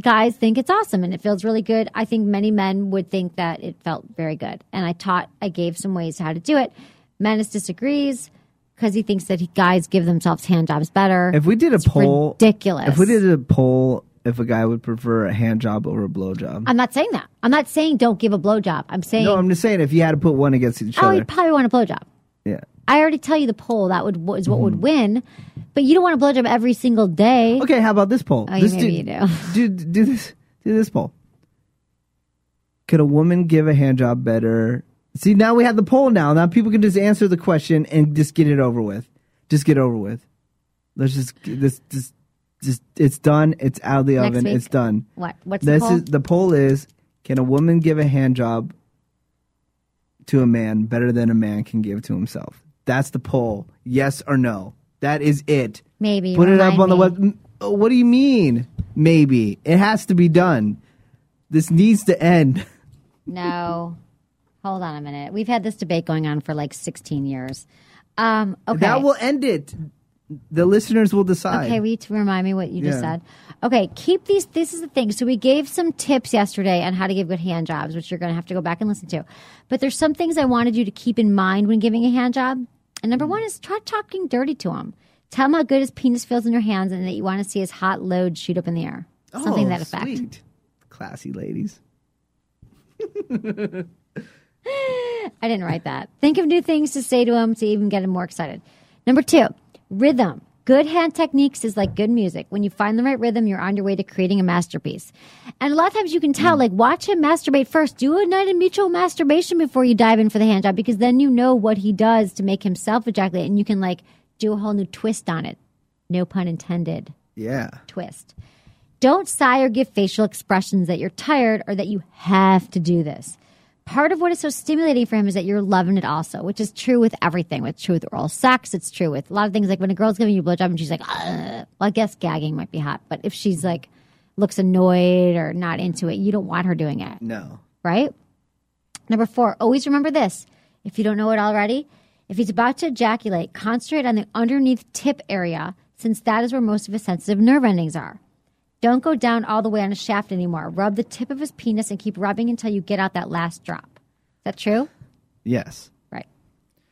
I: guys think it's awesome and it feels really good. I think many men would think that it felt very good. And I taught, I gave some ways how to do it. Menace disagrees because he thinks that he, guys give themselves hand jobs better.
J: If we did a
I: It's
J: poll,
I: ridiculous.
J: If we did a poll, if a guy would prefer a hand job over a blow job,
I: I'm not saying that. I'm not saying don't give a blowjob. I'm saying,
J: no, I'm just saying if you had to put one against each
I: oh,
J: other,
I: he'd probably want a blowjob.
J: yeah.
I: I already tell you the poll that would is what would win, but you don't want a blowjob every single day.
J: Mm-hmm. Okay, how about this poll?
I: Oh, you-
J: Let's
I: maybe you
J: do. do do this. Do this poll. Could a woman give a hand job better? See, now we have the poll. Now, now people can just answer the question and just get it over with. Just get over with. Let's just this just just it's done. It's out of the
I: Next
J: oven.
I: week?
J: It's done.
I: What? What's
J: this
I: the poll?
J: is the poll is can a woman give a hand job to a man better than a man can give to himself that's the poll yes or no that is it
I: Maybe.
J: put it up
I: Remind
J: on the
I: me.
J: web M- oh, what do you mean maybe it has to be done this needs to end
I: No. Hold on a minute. We've had this debate going on for like 16 years. Um, okay.
J: that will end it the listeners will decide
I: Okay, will you t- remind me what you just
J: Yeah.
I: said? Okay, keep these. This is the thing. So we gave some tips yesterday on how to give good hand jobs, which you're going to have to go back and listen to. But there's some things I wanted you to keep in mind when giving a hand job. And number one is try talking dirty to him. Tell him how good his penis feels in your hands and that you want to see his hot load shoot up in the air. Something
J: Oh,
I: to that effect.
J: sweet. classy ladies
I: I didn't write that. Think of new things to say to him to even get him more excited. Number two, rhythm. Good hand techniques is like good music. When you find the right rhythm, you're on your way to creating a masterpiece. And a lot of times you can tell, like, watch him masturbate first. Do a night of mutual masturbation before you dive in for the hand job because then you know what he does to make himself ejaculate and you can, like, do a whole new twist on it. No pun intended
J: Yeah.
I: twist. Don't sigh or give facial expressions that you're tired or that you have to do this. Part of what is so stimulating for him is that you're loving it also, which is true with everything. It's true with oral sex. It's true with a lot of things. Like when a girl's giving you a blowjob and she's like, "Ugh," well, I guess gagging might be hot, but if she's like, looks annoyed or not into it, you don't want her doing it
J: No.
I: right? Number four, always remember this. If you don't know it already, if he's about to ejaculate, concentrate on the underneath tip area since that is where most of his sensitive nerve endings are. Don't go down all the way on his shaft anymore. Rub the tip of his penis and keep rubbing until you get out that last drop. Is that true?
J: Yes.
I: Right.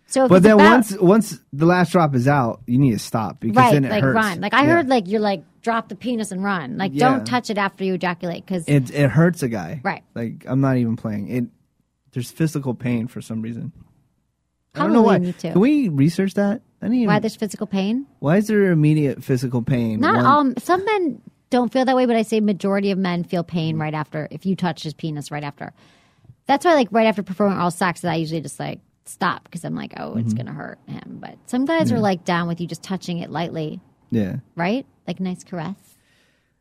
I: So if
J: But
I: it's
J: then
I: about-
J: once once the last drop is out, you need to stop because
I: right,
J: then it
I: like
J: hurts.
I: run. Like I
J: Yeah.
I: heard like you're like drop the penis and run. Like
J: Yeah.
I: don't touch it after you ejaculate cuz
J: it it hurts a guy.
I: Right.
J: Like I'm not even playing. It there's physical pain for some reason. I don't
I: probably
J: know why.
I: me too.
J: Can we research that? I didn't even,
I: why there's physical pain?
J: why is there immediate physical pain?
I: Not
J: when-
I: all. Some men don't feel that way, but I say majority of men feel
J: Mm-hmm.
I: pain right after if you touch his penis right after. That's why, like, right after performing all sex, that I usually just like stop because I'm like, oh,
J: Mm-hmm.
I: it's gonna hurt him. But some guys are like down with you just touching it lightly,
J: Yeah.
I: right? Like nice caress.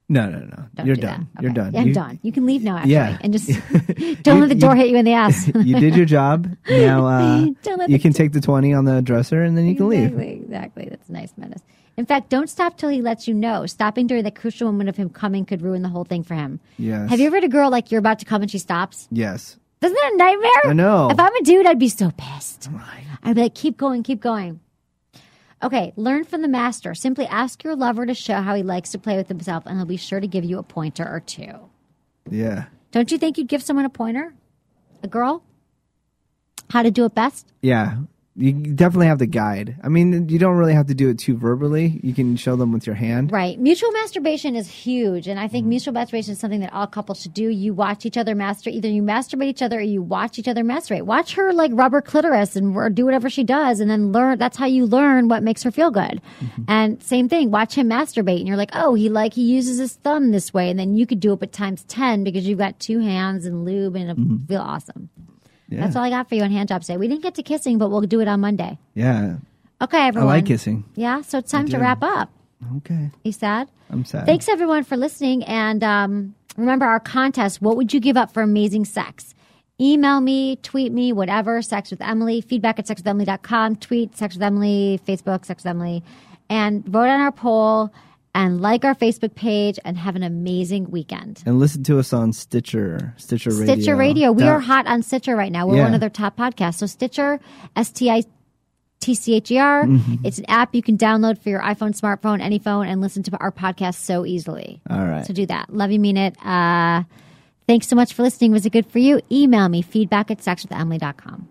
J: No, no, no.
I: Don't
J: You're
I: do
J: done.
I: that.
J: You're
I: Okay.
J: done.
I: Yeah, I'm
J: You-
I: done. You can leave now, actually,
J: Yeah.
I: and just don't
J: You-
I: let the
J: you-
I: door hit you in the ass.
J: you did your job. Now uh,
I: Don't let
J: you
I: the-
J: can take the twenty on the dresser, and then you can leave.
I: Exactly, exactly. That's a nice menace. In fact, don't stop till he lets you know. Stopping during the crucial moment of him coming could ruin the whole thing for him.
J: Yes.
I: Have you ever had a girl like you're about to come and she stops?
J: Yes.
I: Isn't that a nightmare?
J: I know.
I: If I'm a dude, I'd be so pissed. I'd be like, keep going, keep going. Okay, learn from the master. Simply ask your lover to show how he likes to play with himself, and he'll be sure to give you a pointer or two.
J: Yeah.
I: Don't you think you'd give someone a pointer? A girl? How to do it best?
J: Yeah. You definitely have the guide. I mean, you don't really have to do it too verbally. You can show them with your hand.
I: Right. Mutual masturbation is huge. And I
J: Mm-hmm.
I: think mutual masturbation is something that all couples should do. You watch each other masturbate. Either you masturbate each other or you watch each other masturbate. Watch her like rub her clitoris and or do whatever she does and then learn. That's how you learn what makes her feel good.
J: Mm-hmm.
I: And same thing, watch him masturbate and you're like, oh, he like, he uses his thumb this way. And then you could do it, but times 10 because you've got two hands and lube and it'll
J: Mm-hmm.
I: feel awesome. That's all I got for you on hand job today. We didn't get to kissing, but we'll do it on Monday.
J: Yeah.
I: Okay,
J: I
I: everyone.
J: like kissing.
I: Yeah. So it's time to wrap up.
J: Okay.
I: You sad?
J: I'm sad.
I: Thanks everyone for listening, and um, remember our contest. What would you give up for amazing sex? Email me, tweet me, whatever. Sex with Emily. Feedback at sexwithemily.com. Tweet sex with Emily. Facebook sex with Emily, and vote on our poll and like our Facebook page and have an amazing weekend.
J: And listen to us on Stitcher, Stitcher Radio.
I: Stitcher Radio. We
J: Dot-
I: are hot on Stitcher right now. We're
J: Yeah.
I: one of their top podcasts. So Stitcher, S T I T C H E R.
J: Mm-hmm.
I: It's an app you can download for your iPhone, smartphone, any phone, and listen to our podcast so easily.
J: All right.
I: So do that. Love you, mean it. Uh, thanks so much for listening. Was it good for you? Email me feedback at sexwithemily.com.